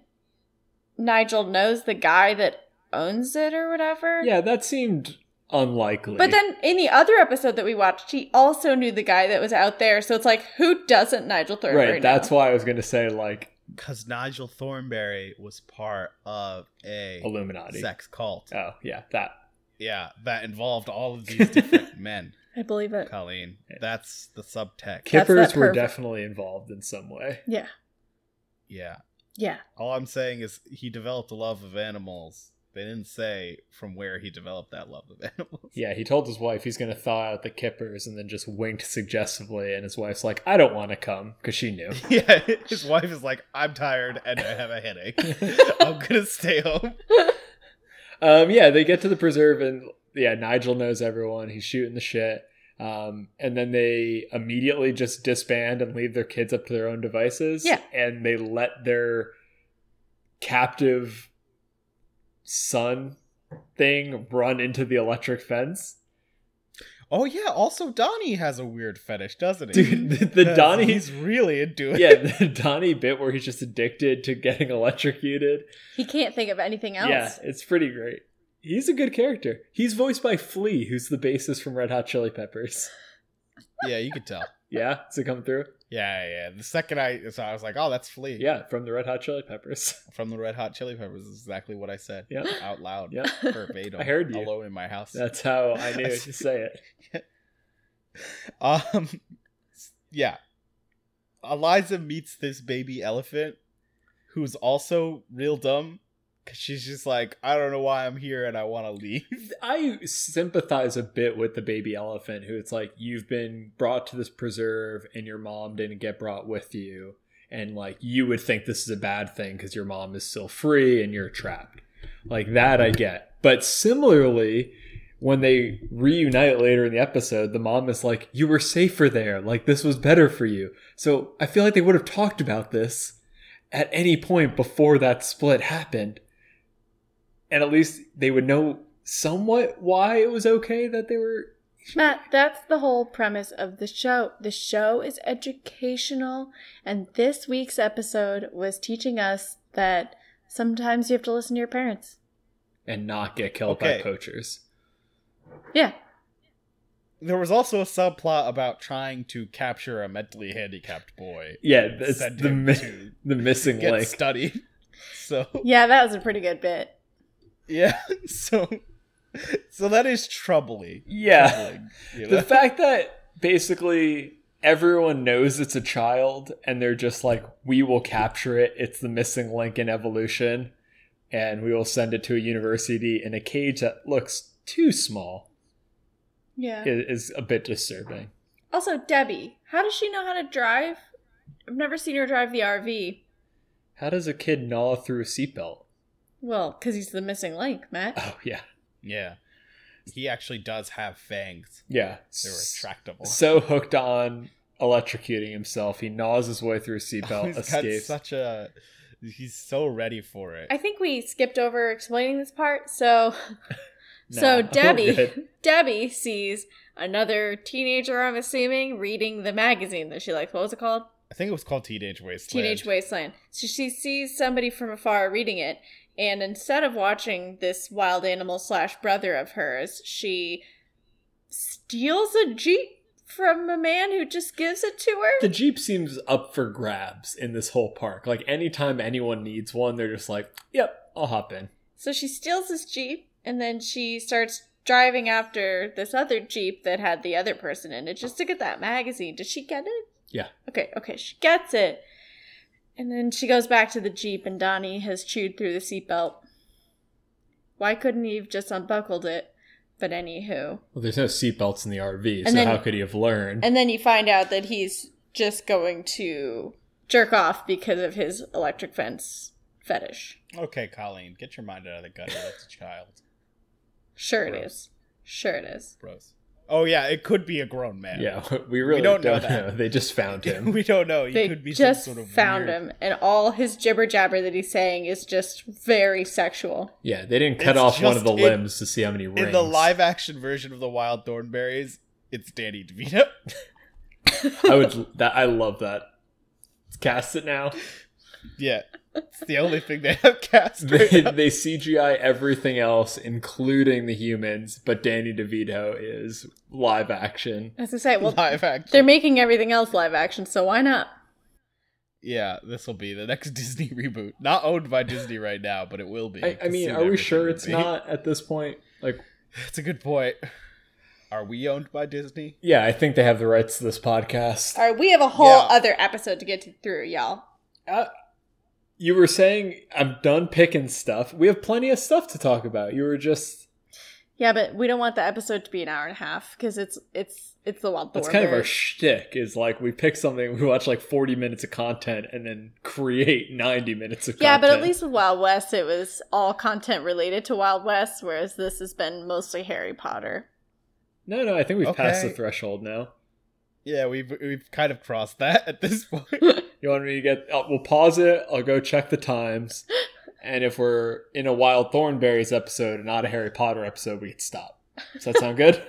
A: Nigel knows the guy that owns it or whatever.
C: Yeah, that seemed unlikely.
A: But then in the other episode that we watched, he also knew the guy that was out there. So it's like, who doesn't Nigel Thorpe?
C: right,
A: Right.
C: that's why I was gonna say like
B: Because Nigel Thornberry was part of a
C: Illuminati.
B: sex cult.
C: Oh yeah, that.
B: Yeah, that involved all of these different men,
A: I believe it.
B: Colleen. That's the subtext.
A: That's that
C: Kippers were
A: pervert.
C: definitely involved in some way.
A: Yeah.
B: yeah.
A: Yeah.
B: All I'm saying is he developed a love of animals. They didn't say from where he developed that love of animals.
C: Yeah, he told his wife he's gonna thaw out the kippers and then just winked suggestively and his wife's like, I don't wanna come because she knew.
B: Yeah, his wife is like, I'm tired and I have a headache. I'm gonna stay home.
C: Um, yeah, they get to the preserve, and yeah, Nigel knows everyone. He's shooting the shit. Um, and then they immediately just disband and leave their kids up to their own devices.
A: Yeah.
C: And they let their captive son thing run into the electric fence.
B: Oh yeah, also Donnie has a weird fetish, doesn't he?
C: Dude, the, the
B: 'Cause
C: Donnie.
B: he's really into it.
C: Yeah, the Donnie bit where he's just addicted to getting electrocuted.
A: He can't think of anything else.
C: Yeah, it's pretty great. He's a good character. He's voiced by Flea, who's the bassist from Red Hot Chili Peppers.
B: Yeah, you could tell.
C: Yeah, does it come through?
B: Yeah, yeah. The second I so I was like, oh, that's Flea.
C: Yeah, from the Red Hot Chili Peppers.
B: From the Red Hot Chili Peppers is exactly what I said.
C: Yeah.
B: Out loud.
C: Yeah,
B: Verbatim.
C: I heard you.
B: Alone in my house.
C: that's how I knew to say it.
B: Um, yeah. Eliza meets this baby elephant who's also real dumb because she's just like, I don't know why I'm here and I want to leave.
C: I sympathize a bit with the baby elephant, who it's like you've been brought to this preserve, and your mom didn't get brought with you, and like you would think this is a bad thing because your mom is still free and you're trapped. Like that, I get. But similarly. When they reunite later in the episode, the mom is like, You were safer there. Like, this was better for you. So I feel like they would have talked about this at any point before that split happened. And at least they would know somewhat why it was okay that they were.
A: Matt, that's the whole premise of the show. The show is educational, and this week's episode was teaching us that sometimes you have to listen to your parents.
C: And not get killed
B: Okay.
C: by poachers.
A: Yeah.
B: There was also a subplot about trying to capture a mentally handicapped boy.
C: Yeah,
B: and
C: that's
B: send
C: the,
B: him
C: mi-
B: to
C: the missing
B: get
C: link.
B: studied. So
A: Yeah, that was a pretty good bit.
B: yeah, so so that is troubling.
C: Yeah.
B: Troubling, you know?
C: The fact that basically everyone knows it's a child and they're just like, we will capture it. It's the missing link in evolution. And we will send it to a university in a cage that looks too small
A: Yeah.
C: i- is a bit disturbing.
A: Also, Debbie, how does she know how to drive? I've never seen her drive the RV.
C: How does a kid gnaw through a seatbelt?
A: Well, because he's the missing link, Matt.
C: Oh, yeah.
B: yeah, he actually does have fangs.
C: Yeah.
B: They're retractable.
C: so hooked on electrocuting himself, he gnaws his way through a seatbelt,
B: He's got
C: escapes.
B: such a. He's so ready for it.
A: I think we skipped over explaining this part, so
C: Nah,
A: So
C: we're good.
A: Debbie Debbie sees another teenager, I'm assuming, reading the magazine that she likes. What was it called?
B: I think it was called Teenage Wasteland.
A: Teenage Wasteland. So she sees somebody from afar reading it, and instead of watching this wild animal slash brother of hers, she steals a jeep from a man who just gives it to her.
C: the Jeep seems up for grabs in this whole park. Like anytime anyone needs one, they're just like, Yep, I'll hop in.
A: So she steals this jeep, and then she starts driving after this other jeep that had the other person in it just to get that magazine. Did she get it?
C: Yeah.
A: Okay, okay, she gets it. And then she goes back to the jeep, and Donnie has chewed through the seatbelt. Why couldn't he have just unbuckled it? But anywho,
C: Well, there's no seatbelts in the RV, so
A: And then-
C: how could he have learned?
A: and then you find out that he's just going to jerk off because of his electric fence fetish.
B: Okay, Colleen, get your mind out of the gutter. That's a child.
A: Sure it
B: Gross.
A: is. Sure it is.
B: Gross. Oh yeah, it could be a grown man.
C: yeah, we really
B: don't
C: don't,
B: know
C: know,
B: that.
C: They just found him.
B: we don't know. He
A: They
B: could be
A: just
B: some sort of
A: found
B: weird-
A: him, and all his jibber jabber that he's saying is just very sexual.
C: yeah, they didn't cut
B: It's
C: off one of the
B: just in-
C: limbs to see how many rings.
B: In the live action version of the Wild Thornberries, it's Danny DeVito.
C: I would. That I love that. Cast it now.
B: yeah, it's the only thing they have cast.
C: They,
B: Right now.
C: they CGI everything else, including the humans, but Danny DeVito is live action.
A: As I say, well,
B: live action.
A: they're making everything else live action, so why not?
B: yeah, this will be the next Disney reboot. Not owned by Disney right now, but it will be.
C: I, I
B: Soon
C: mean, are
B: everything
C: we sure
B: will
C: it's
B: be.
C: not at this point? Like,
B: That's a good point. Are we owned by Disney?
C: yeah, I think they have the rights to this podcast.
A: All right, we have a whole
B: Yeah.
A: other episode to get to, through, y'all.
C: You were saying I'm done picking stuff. We have plenty of stuff to talk about. You were just
A: Yeah, but we don't want the episode to be an hour and a half because it's it's it's the wild.
C: that's kind of our
A: Thornberrys.
C: shtick is like we pick something, we watch like 40 minutes of content, and then create 90 minutes of
A: yeah,
C: content.
A: but at least with Wild West, it was all content related to Wild West, whereas this has been mostly Harry Potter.
C: no, no, I think we've passed the
B: Okay.
C: threshold now.
B: Yeah, we've we've kind of crossed that at this point.
C: You want me to get? Uh, we'll pause it. I'll go check the times, and if we're in a Wild Thornberries episode and not a Harry Potter episode, we can stop. Does that sound good?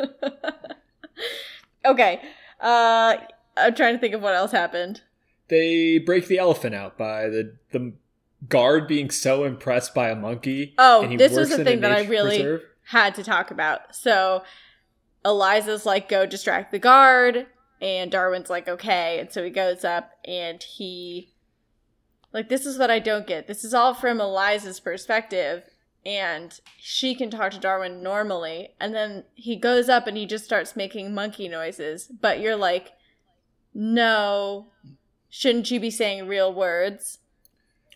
A: okay, uh, I'm trying to think of what else happened.
C: they break the elephant out by the the guard being so impressed by a monkey.
A: Oh,
C: and he
A: this was
C: works
A: the
C: in a
A: thing that I
C: nature
A: really-
C: preserve.
A: Had to talk about. So Eliza's like, go distract the guard, and Darwin's like, okay, and so he goes up and he, like, this is what I don't get. This is all from Eliza's perspective. And she can talk to Darwin normally. And then he goes up and he just starts making monkey noises. But you're like, no, shouldn't you be saying real words?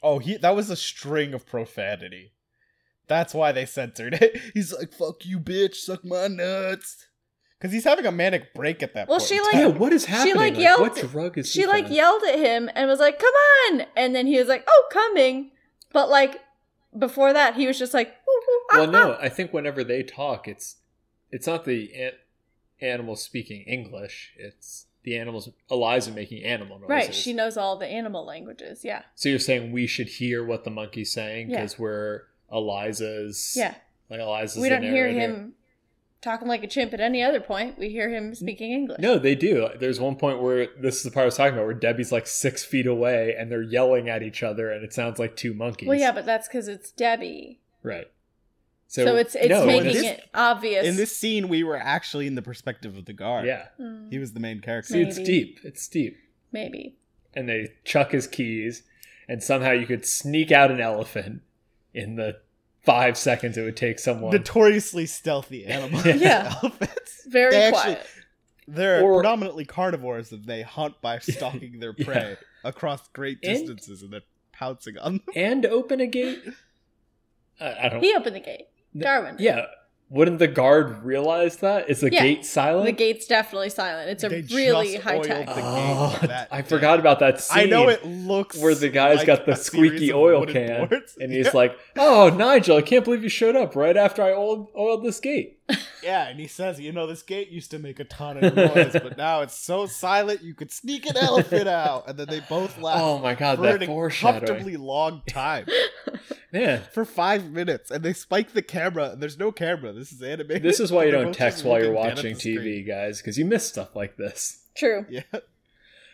B: Oh, he that was a string of profanity. That's why they censored it. He's like, "Fuck you, bitch! Suck my nuts," because he's having a manic break at that
A: Well,
B: point.
A: she,
B: in
A: like-
B: time.
C: Yeah, what is happening?
A: like,
C: Like,
A: yelled-
C: what drug is
A: she
C: he
A: like
C: on?
A: yelled at him and was like, "Come on!" And then he was like, "Oh, coming!" But like before that, he was just like, "Woo, woo, ah,
C: Well,
A: ah."
C: no, I think whenever they talk, it's it's not the an- animal speaking English. It's the animals Eliza making animal noises.
A: Right? She knows all the animal languages. Yeah,
C: So you're saying we should hear what the monkey's saying
A: Yeah.
C: because we're Eliza's.
A: yeah.
C: Like Eliza's.
A: We
C: the
A: don't hear
C: narrator.
A: him talking like a chimp at any other point. We hear him speaking English.
C: No, they do. There's one point where this is the part I was talking about where Debbie's like six feet away and they're yelling at each other and it sounds like two monkeys.
A: Well, yeah, but that's because it's Debbie.
C: Right.
A: So, it's it's
C: no,
A: making
C: this-
A: it obvious.
B: in this scene, we were actually in the perspective of the guard.
C: Yeah.
A: Mm,
B: he was the main character.
C: See, it's
A: Maybe.
C: deep. It's deep.
A: maybe.
C: And they chuck his keys and somehow you could sneak out an elephant in the five seconds it would take someone.
B: Notoriously stealthy animals.
A: Yeah.
B: elephants.
A: Very
B: They actually-
A: quiet.
B: They're
C: Or-
B: predominantly carnivores, and they hunt by stalking their
C: Yeah.
B: prey across great
C: And-
B: distances, and, they're pouncing on them.
C: and open a gate? I, I don't
A: He opened the gate. Darwin.
C: Yeah. Wouldn't the guard realize that? Is the
A: Yeah.
C: gate silent?
A: The gate's definitely silent. It's a
B: They
A: really
B: just
A: high
B: oiled
A: tech.
B: the gate
C: Oh,
B: that
C: I
B: day.
C: forgot about that scene.
B: I know it looks
C: where the guy's
B: like
C: got the
B: a series
C: squeaky
B: of
C: oil
B: wooden
C: can,
B: boards.
C: and he's
B: Yeah.
C: like, "Oh, Nigel, I can't believe you showed up right after I oiled, oiled this gate."
B: Yeah, and he says, you know, this gate used to make a ton of noise, but now it's so silent you could sneak an elephant out. And then they both laugh
C: Oh my god,
B: for an
C: that foreshadowing!
B: uncomfortably long time
C: Yeah,
B: for five minutes. And they spike the camera. and There's no camera. This is animated.
C: this is why you
B: They're
C: don't
B: both just
C: text while you're
B: looking dead at
C: watching
B: the
C: TV, guys, because you miss stuff like this.
A: True.
B: screen.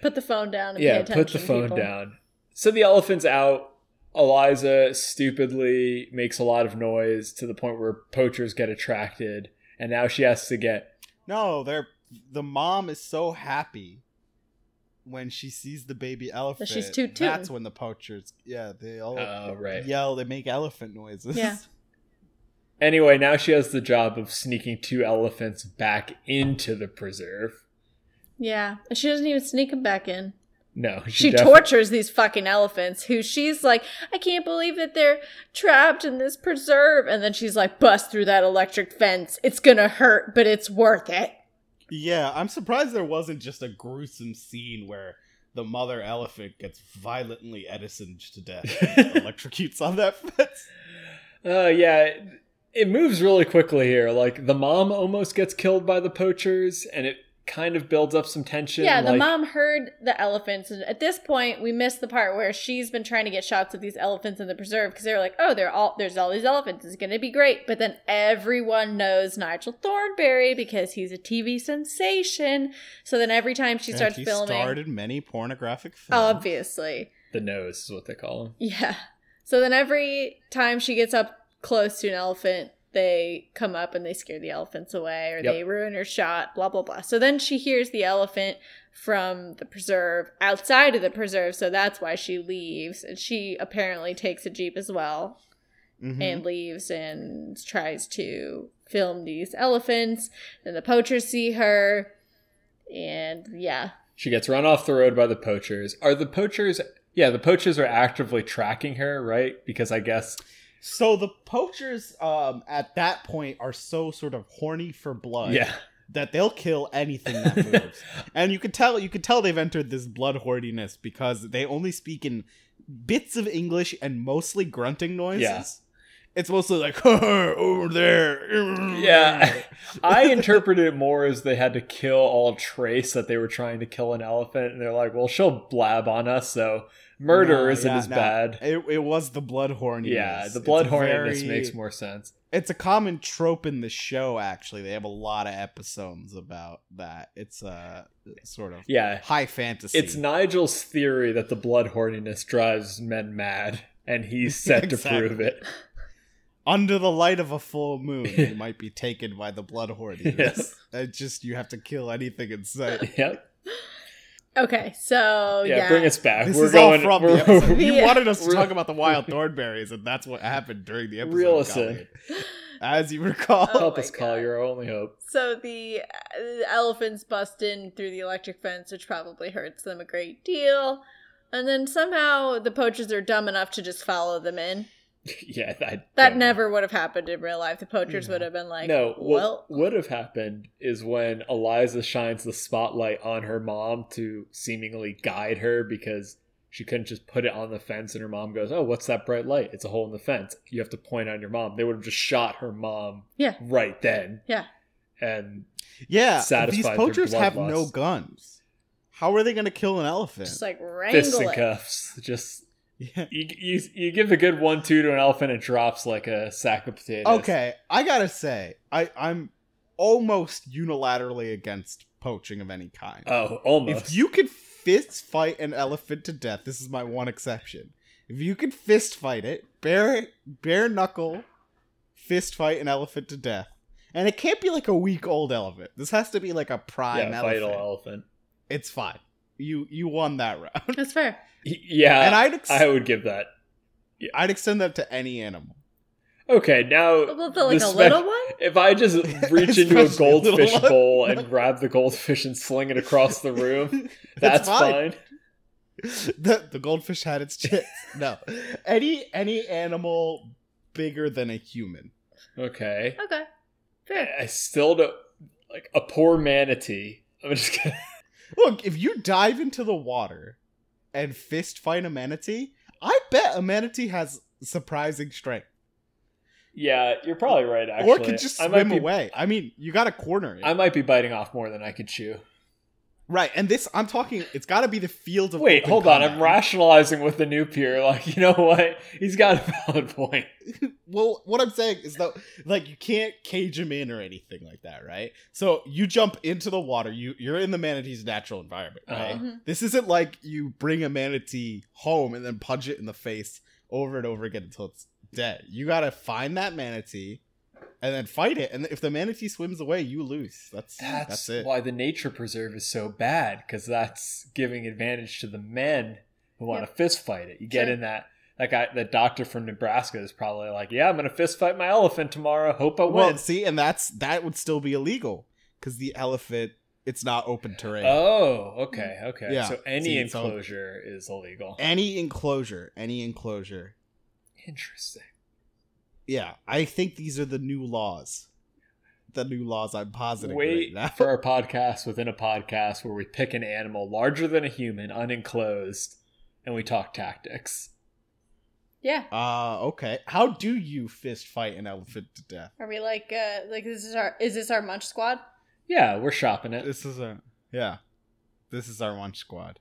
B: Yeah,
A: Put the phone down. And
C: yeah,
A: pay
C: put the
A: attention,
C: phone
A: people.
C: down. So the elephant's out. Eliza stupidly makes a lot of noise to the point where poachers get attracted, and now she has to get.
B: no, they're the mom is so happy when she sees the baby elephant.
A: she's too tootin'.
B: That's when the poachers, yeah, they all
C: Oh, right.
B: yell. They make elephant noises.
A: Yeah.
C: Anyway, now she has the job of sneaking two elephants back into the preserve.
A: Yeah, and she doesn't even sneak him back in.
C: No,
A: She
C: defi-
A: tortures these fucking elephants who she's like, I can't believe that they're trapped in this preserve. And then she's like, bust through that electric fence. It's gonna hurt, but it's worth it.
B: Yeah, I'm surprised there wasn't just a gruesome scene where the mother elephant gets violently Edisoned to death, and electrocutes on that fence.
C: Uh, yeah, it, it moves really quickly here. Like the mom almost gets killed by the poachers, and it kind of builds up some tension.
A: Yeah, the
C: like,
A: mom heard the elephants. And at this point, we missed the part where she's been trying to get shots of these elephants in the preserve because they were like, oh, they're all, there's all these elephants. It's gonna be great. But then everyone knows Nigel Thornberry because he's a TV sensation. So then every time she starts
B: and he
A: filming,
B: starred in many pornographic films.
A: obviously.
C: The nose is what they call him.
A: Yeah. So then every time she gets up close to an elephant, they come up and they scare the elephants away or
C: Yep.
A: they ruin her shot, blah, blah, blah. So then she hears the elephant from the preserve outside of the preserve. So that's why she leaves. And she apparently takes a Jeep as well
C: Mm-hmm.
B: Mhm.
A: and leaves and tries to film these elephants. Then the poachers see her. And yeah,
C: She gets run off the road by the poachers. Are the poachers? Yeah, the poachers are actively tracking her, right? Because I guess
B: So the poachers um, at that point are so sort of horny for blood
C: yeah,
B: that they'll kill anything that moves. and you could tell you could tell they've entered this blood hoardiness because they only speak in bits of English and mostly grunting noises.
C: Yeah.
B: It's mostly like over there.
C: yeah. I interpreted it more as they had to kill all trace that they were trying to kill an elephant, and they're like, "Well, she'll blab on us, so murder
B: No,
C: isn't
B: yeah,
C: as
B: no.
C: bad."
B: It, it was the blood horniness.
C: Yeah,
B: It's
C: the blood
B: a
C: horniness
B: very-
C: makes more sense.
B: It's a common trope in the show. Actually, they have a lot of episodes about that. It's a uh, sort of
C: Yeah,
B: high fantasy.
C: it's Nigel's theory that the blood horniness drives men mad, and he's set
B: Exactly.
C: to prove it.
B: under the light of a full moon. you might be taken by the blood horniness.
C: Yes.
B: It just you have to kill anything in sight.
C: Yep.
A: okay, so
C: yeah,
A: Oh, yeah,
C: bring us back.
B: This
C: we're
B: is
C: going.
B: all from
C: we're,
B: the episode. You
A: Yeah.
B: wanted us to
C: we're-
B: talk about the wild thornberries, and that's what happened during the episode.
C: Reel us in.
B: Colleen. As you recall.
A: Oh
C: help
A: my
C: us, call
A: God.
C: your only hope.
A: So the, uh, the elephants bust in through the electric fence, which probably hurts them a great deal. And then somehow the poachers are dumb enough to just follow them in.
C: yeah, I
A: That
C: don't know.
A: never would have happened in real life. The poachers would have been like,
C: no,
A: well,
C: what would have happened is when Eliza shines the spotlight on her mom to seemingly guide her because she couldn't just put it on the fence and her mom goes, Oh, what's that bright light? It's a hole in the fence. You have to point on your mom. They would have just shot her mom
A: Yeah.
C: right then.
A: Yeah.
C: And
B: Yeah,
C: satisfied
B: these
C: their
B: poachers have
C: bloodlust.
B: no guns. How are they going to kill an elephant?
A: just like
C: fists
A: wrangle
C: and
A: it.
C: cuffs. Just
B: Yeah.
C: you, you, you give a good one two to an elephant, it drops like a sack of potatoes.
B: Okay, I gotta say, I I'm almost unilaterally against poaching of any kind.
C: Oh, almost.
B: if you could fist fight an elephant to death, this is my one exception. If you could fist fight it, bare bare knuckle, fist fight an elephant to death, and it can't be like a week old elephant. This has to be like a
C: yeah,
B: prime
C: vital
B: elephant.
C: elephant.
B: It's fine. You you won that round,
A: That's fair.
C: Y- Yeah.
B: and I'd ex-
C: I would give that.
B: I'd extend that to any animal.
C: Okay, now
A: Well, but like
C: the
A: a
C: spec-
A: little one?
C: If I just reach into
B: Especially
C: a
B: little
C: goldfish
B: one.
C: bowl and grab the goldfish and sling it across the room, that's fine.
B: the, the goldfish had its chance. No, any any animal bigger than a human.
C: Okay.
A: Okay.
C: I
A: Fair.
C: I still don't like a poor manatee. I'm just kidding.
B: Look, if you dive into the water and fist fight a manatee, I bet a manatee has surprising strength,
C: Yeah, you're probably right. Actually,
B: or could just
C: I
B: swim
C: might be,
B: away. I mean, you got to corner it,
C: I might be biting off more than I could chew.
B: right? And this, I'm talking. It's got to be the field of.
C: Wait,
B: open
C: hold on. I'm
B: combat.
C: rationalizing with the new peer. Like, you know what? He's got a valid point.
B: Well, what I'm saying is that like you can't cage him in or anything like that, right? So you jump into the water. You you're in the manatee's natural environment, right?
C: Uh-huh.
A: Mhm.
B: This isn't like you bring a manatee home and then punch it in the face over and over again until it's dead. You gotta find that manatee and then fight it. And if the manatee swims away, you lose. That's that's,
C: That's,
B: it.
C: why the nature preserve is so bad because that's giving advantage to the men who want to fist fight it. You get
A: Sure.
C: in that that guy, the doctor from Nebraska is probably like, "Yeah, I'm going to fist fight my elephant tomorrow. Hope I
B: Well,
C: win."
B: see, and that's that would still be illegal because the elephant It's not open terrain.
C: Oh, okay, okay.
B: Yeah,
C: So any
B: see, so-
C: enclosure is illegal.
B: any enclosure, any enclosure.
C: Interesting.
B: Yeah, I think these are the new laws. The new laws. I'm positive right
C: Wait
B: now.
C: for our podcast within a podcast where we pick an animal larger than a human, unenclosed, and we talk tactics.
A: Yeah.
B: Uh, okay. How do you fist fight an elephant to death?
A: Are we like uh like this is our is this our munch squad?
C: Yeah, we're shopping it.
B: This is a yeah. This is our lunch squad.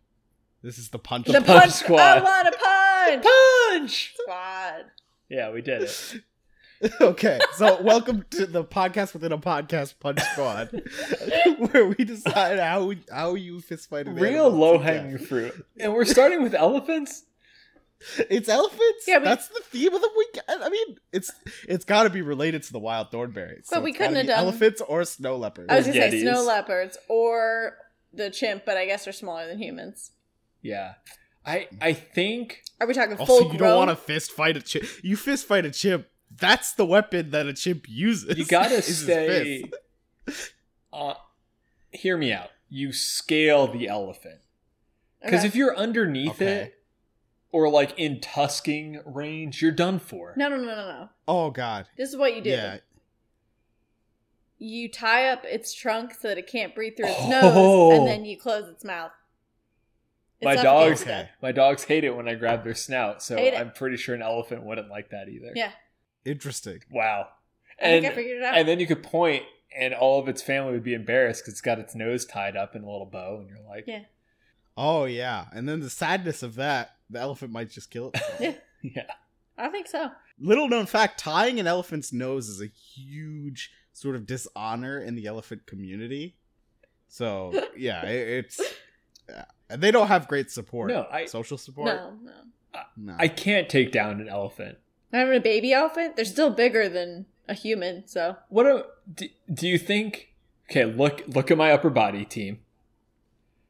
B: This is the punch.
C: The punch squad.
A: I want a punch
C: Punch!
A: squad.
C: Yeah, we did it.
B: okay, so welcome to the podcast within a podcast punch squad, where we decide how we, how you fist fight an
C: Real
B: animal to
C: low hanging
B: death.
C: fruit. And we're starting with elephants?
B: It's elephants.
A: Yeah,
B: Yeah,
A: we-
B: that's the theme of the week. I I mean, it's it's got to be related to the wild thornberry.
A: But we
B: it's gotta
A: couldn't have
B: be
A: done-
B: elephants or snow leopards.
A: I was gonna say
C: Yetis.
A: snow leopards or the chimp, but I guess they're smaller than humans.
C: Yeah. I I think
A: Are we talking full
B: also, you don't
A: grown?
B: want to fist fight a chimp. You fist fight a chimp. That's the weapon that a chimp uses.
C: you gotta
B: is his
C: stay
B: fist.
C: uh hear me out. You scale the elephant. Because
A: Okay.
C: if you're underneath
B: Okay.
C: it or like in tusking range, you're done for.
A: no no no no no.
B: Oh God.
A: This is what you do.
B: Yeah.
A: You tie up its trunk so that it can't breathe through its
C: Oh.
A: nose, and then you close its mouth. It
C: my
A: suffocates
C: dogs
A: to
B: Okay.
A: death.
C: my dogs hate it when I grab their snout, so
A: Hate it.
C: I'm pretty sure an elephant wouldn't like that either.
A: Yeah.
B: Interesting.
C: Wow.
A: I
C: And
A: think I figured it out.
C: and then you could point and all of its family would be embarrassed because it's got its nose tied up in a little bow and you're like
A: Yeah.
B: Oh yeah, and then the sadness of that, the elephant might just kill it.
C: yeah.
A: I think so.
B: Little known fact: tying an elephant's nose is a huge sort of dishonor in the elephant community. So yeah, it, it's uh, they don't have great support.
C: No, I-
B: social support.
A: No, no.
B: No.
C: I can't take down an elephant.
A: Not even a baby elephant. They're still bigger than a human, so
C: What a, do, do you think? Okay, look look at my upper body team.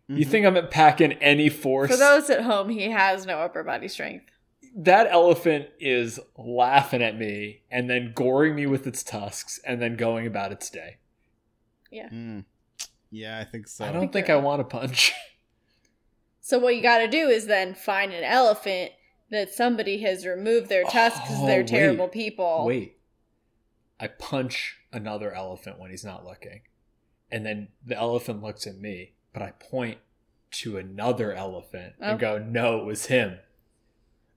C: You
B: Mhm.
C: think I'm packing any force?
A: Mm-hmm. For those at home, he has no upper body strength.
C: that elephant is laughing at me and then goring me with its tusks and then going about its day.
B: Mm. Yeah, I think so.
C: I don't
A: Think
C: think I
A: you're-
C: want to punch.
A: So what you got to do is then find an elephant that somebody has removed their tusks because
C: Oh,
A: they're
C: wait.
A: terrible people.
C: Wait. I punch another elephant when he's not looking. And then the elephant looks at me, but I point to another elephant
A: Oh.
C: and go, "No, it was him."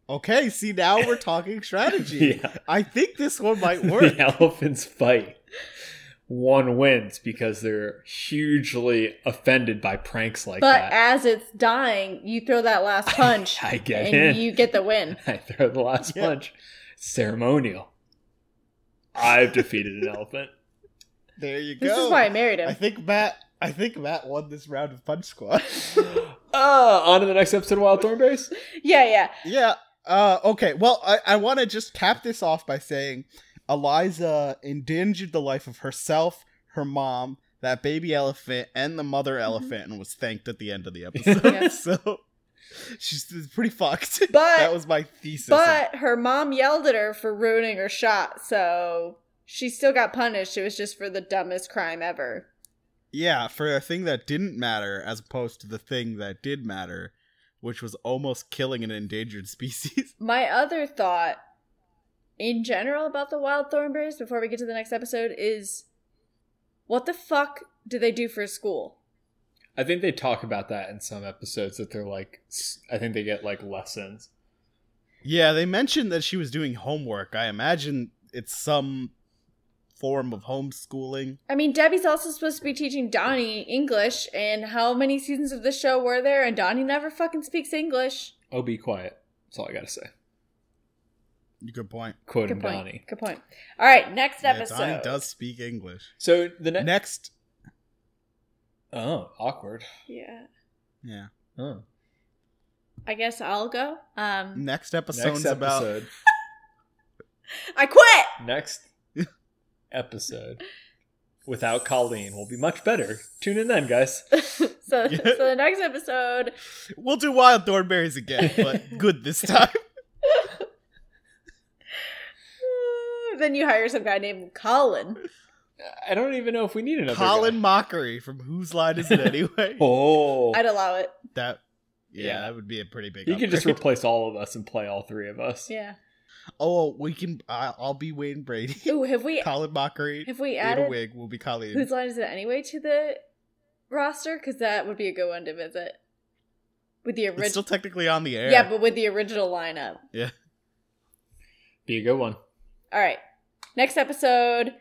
B: Okay, see now we're talking
A: Oh,
B: strategy.
C: Yeah.
B: I think this one might work.
C: The elephants fight. One wins because they're hugely offended by pranks like
A: but
C: that.
A: as it's dying, you throw that last punch
C: I get
A: and
C: in.
A: you get the win.
C: I throw the last
B: Yeah.
C: punch. Ceremonial. I've defeated an elephant.
B: There you go.
A: This is why I married him.
B: I think Matt. I think Matt won this round of Punch Squad.
C: Uh, on to the next episode of Wild Thornberries.
A: yeah, yeah.
B: yeah. Uh, okay. Well, I, I want to just cap this off by saying Eliza endangered the life of herself, her mom, that baby elephant, and the mother elephant, and was thanked at the end of the episode.
A: Mm-hmm. Yeah.
B: so she's pretty fucked. that
A: But
B: was my thesis. of-
A: but her mom yelled at her for ruining her shot, so she still got punished. It was just for the dumbest crime ever.
B: yeah, for a thing that didn't matter, as opposed to the thing that did matter, which was almost killing an endangered species.
A: My other thought in general about the wild thornberries before we get to the next episode is what the fuck do they do for school?
C: I think they talk about that in some episodes that they're like, s- I think they get like lessons.
B: Yeah, they mentioned that she was doing homework. I imagine it's some form of homeschooling.
A: I mean, Debbie's also supposed to be teaching Donnie English, and how many seasons of the show were there? And Donnie never fucking speaks English.
C: Oh, be quiet. That's all I gotta say.
B: Good point.
C: Quoting
A: Good point.
C: Donnie.
A: Good point. All right, next
B: Yeah,
A: episode.
B: Donnie does speak English.
C: So the next.
B: Next,
C: oh, awkward.
A: Yeah,
B: yeah,
C: Oh.
A: I guess I'll go. Um,
B: next episode's about
A: I quit.
C: next episode without Colleen will be much better. Tune in then, guys.
A: So, so the next episode
B: we'll do wild thornberries again, but good this time.
A: Uh, then you hire some guy named Colin.
C: I don't even know if we need another.
B: Colin
C: guy.
B: Mockery from Whose Line Is It Anyway?
C: Oh,
A: I'd allow it.
B: that yeah,
C: Yeah.
B: that would be a pretty big.
C: you could just
B: upgrade.
C: replace all of us and play all three of us.
A: Yeah.
B: oh, we can. I I'll be Wayne Brady.
A: Ooh, have we
B: Colin Mockery
A: have we
B: in a
A: added
B: wig will be Colleen.
A: whose line is it anyway to the roster? Because that would be a good one to visit with the
B: it's still
A: original.
B: technically on the air.
A: Yeah, but with the original lineup.
C: Be a good one.
A: All right. Next episode,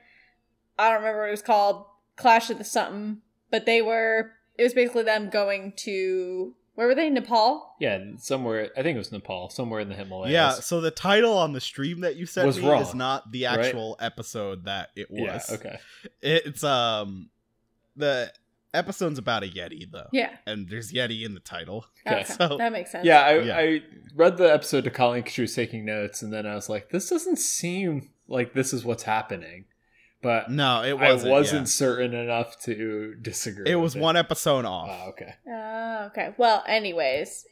A: I don't remember what it was called, Clash of the Something, but they were, it was basically them going to, where were they? Nepal?
C: Yeah, somewhere. I think it was Nepal, somewhere in the Himalayas.
B: Yeah, so the title on the stream that you sent
C: Was
B: me is
C: wrong,
B: not the
C: right?
B: actual episode that it was.
C: Yeah, okay.
B: It's um the episode's about a yeti though.
A: Yeah.
B: And there's yeti in the title.
C: Okay.
A: Okay.
B: So-
A: that makes sense.
C: Yeah, I,
B: Yeah.
C: I read the episode to Colleen because she was taking notes, and then I was like, this doesn't seem like this is what's happening. But
B: No, it
C: I
B: wasn't.
C: wasn't certain enough to disagree.
B: yeah. It was
C: with
B: one episode off.
C: Ah, okay.
A: Oh, okay. Well, anyways,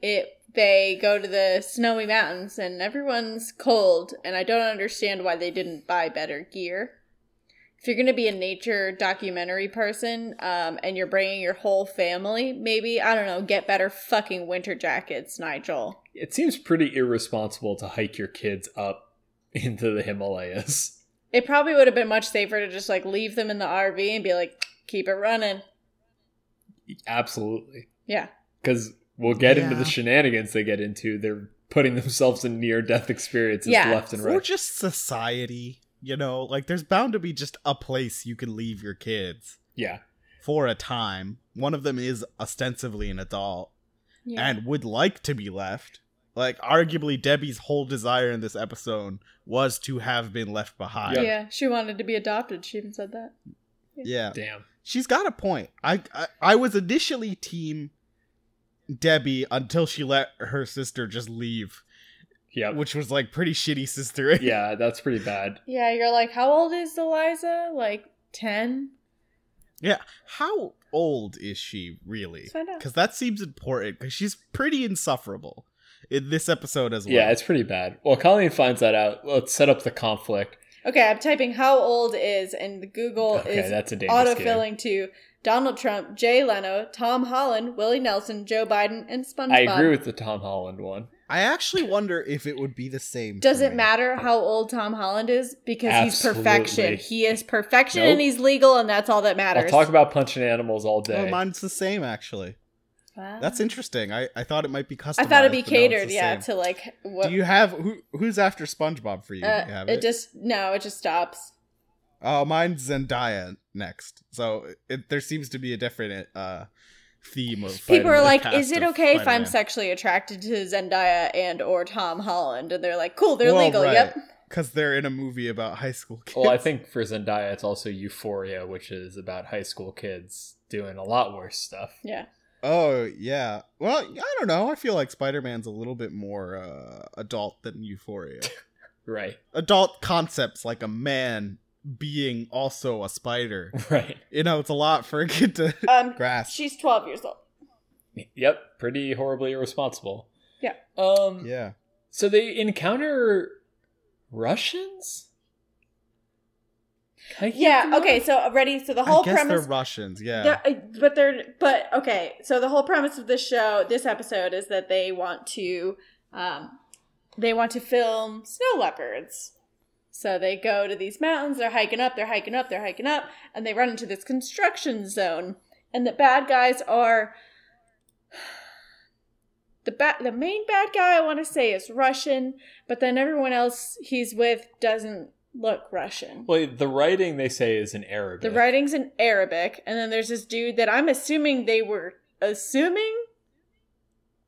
A: it they go to the snowy mountains and everyone's cold, and I don't understand why they didn't buy better gear. If you're going to be a nature documentary person um, and you're bringing your whole family, maybe, I don't know, get better fucking winter jackets, Nigel.
C: It seems pretty irresponsible to hike your kids up into the Himalayas.
A: It probably would have been much safer to just like leave them in the RV and be like, keep it running.
C: Absolutely.
A: Yeah.
C: Because we'll get into
B: Yeah.
C: the shenanigans they get into. They're putting themselves in near death experiences
A: Yeah.
C: left and
B: Or
C: right.
B: just society, you know, like there's bound to be just a place you can leave your kids
C: Yeah.
B: for a time. One of them is ostensibly an adult
A: Yeah.
B: and would like to be left. Like arguably Debbie's whole desire in this episode was to have been left behind.
A: yeah. she wanted to be adopted. She even said that.
B: Yeah.
C: Damn.
B: She's got a point. I, I I was initially team Debbie until she let her sister just leave,
C: Yeah.
B: which was like pretty shitty sister.
C: Yeah, that's pretty bad.
A: Yeah, you're like, how old is Eliza? Like 10?
B: How old is she really?
A: Let's find out.
B: Because that seems important. Because she's pretty insufferable in this episode as well.
C: Yeah, it's pretty bad. Well, Colleen finds that out. Let's set up the conflict.
A: Okay, I'm typing how old is, and the Google
C: okay,
A: is
C: that's a dangerous game.
A: autofilling to Donald Trump, Jay Leno, Tom Holland, Willie Nelson, Joe Biden, and SpongeBob.
C: I agree with the Tom Holland one.
B: I actually wonder if it would be the same.
A: Does
B: for
A: it
B: me.
A: matter how old Tom Holland is? Because
C: Absolutely.
A: he's perfection. He is perfection
C: Nope.
A: and he's legal, and that's all that matters.
C: I'll talk about punching animals all
B: Oh,
C: day.
B: mine's the same actually.
A: Wow.
B: That's interesting. I, I thought it might be customized.
A: I thought it'd be
B: but no, it's the
A: catered, yeah,
B: same.
A: to like what.
B: Do you have who? Who's after SpongeBob for you?
A: uh,
B: You have
A: it just no, it just stops.
B: Oh, mine's Zendaya next. So it, there seems to be a different uh theme of
A: people are
B: the
A: like,
B: cast
A: "Is it
B: of
A: okay if I'm
B: Spider-Man."
A: sexually attracted to Zendaya and or Tom Holland?" And they're like, "Cool, they're
B: Well,
A: legal."
B: right.
A: Yep.
B: Because they're in a movie about high school kids.
C: Well, I think for Zendaya, it's also Euphoria, which is about high school kids doing a lot worse stuff.
A: Yeah.
B: Oh yeah. Well, I don't know. I feel like Spider-Man's a little bit more uh, adult than Euphoria.
C: Right,
B: adult concepts like a man being also a spider.
C: right.
B: You know, it's a lot for a kid to
A: Um,
B: grasp.
A: she's 12 years old.
C: Yep, pretty horribly irresponsible.
A: Yeah.
C: Um.
B: Yeah.
C: So they encounter Russians. I can't
A: Yeah.
C: remember.
A: Okay. So ready. So the
B: I
A: whole
B: guess
A: premise.
B: they're Russians. Yeah.
A: They're- uh, but they're but okay. So the whole premise of this show, this episode, is that they want to, um, they want to film snow leopards. So they go to these mountains. They're hiking up. They're hiking up. They're hiking up, and they run into this construction zone. And the bad guys are the ba- the main bad guy. I want to say is Russian, but then everyone else he's with doesn't look Russian.
C: Well, the writing they say is in Arabic.
A: The writing's in Arabic, and then there's this dude that I'm assuming they were assuming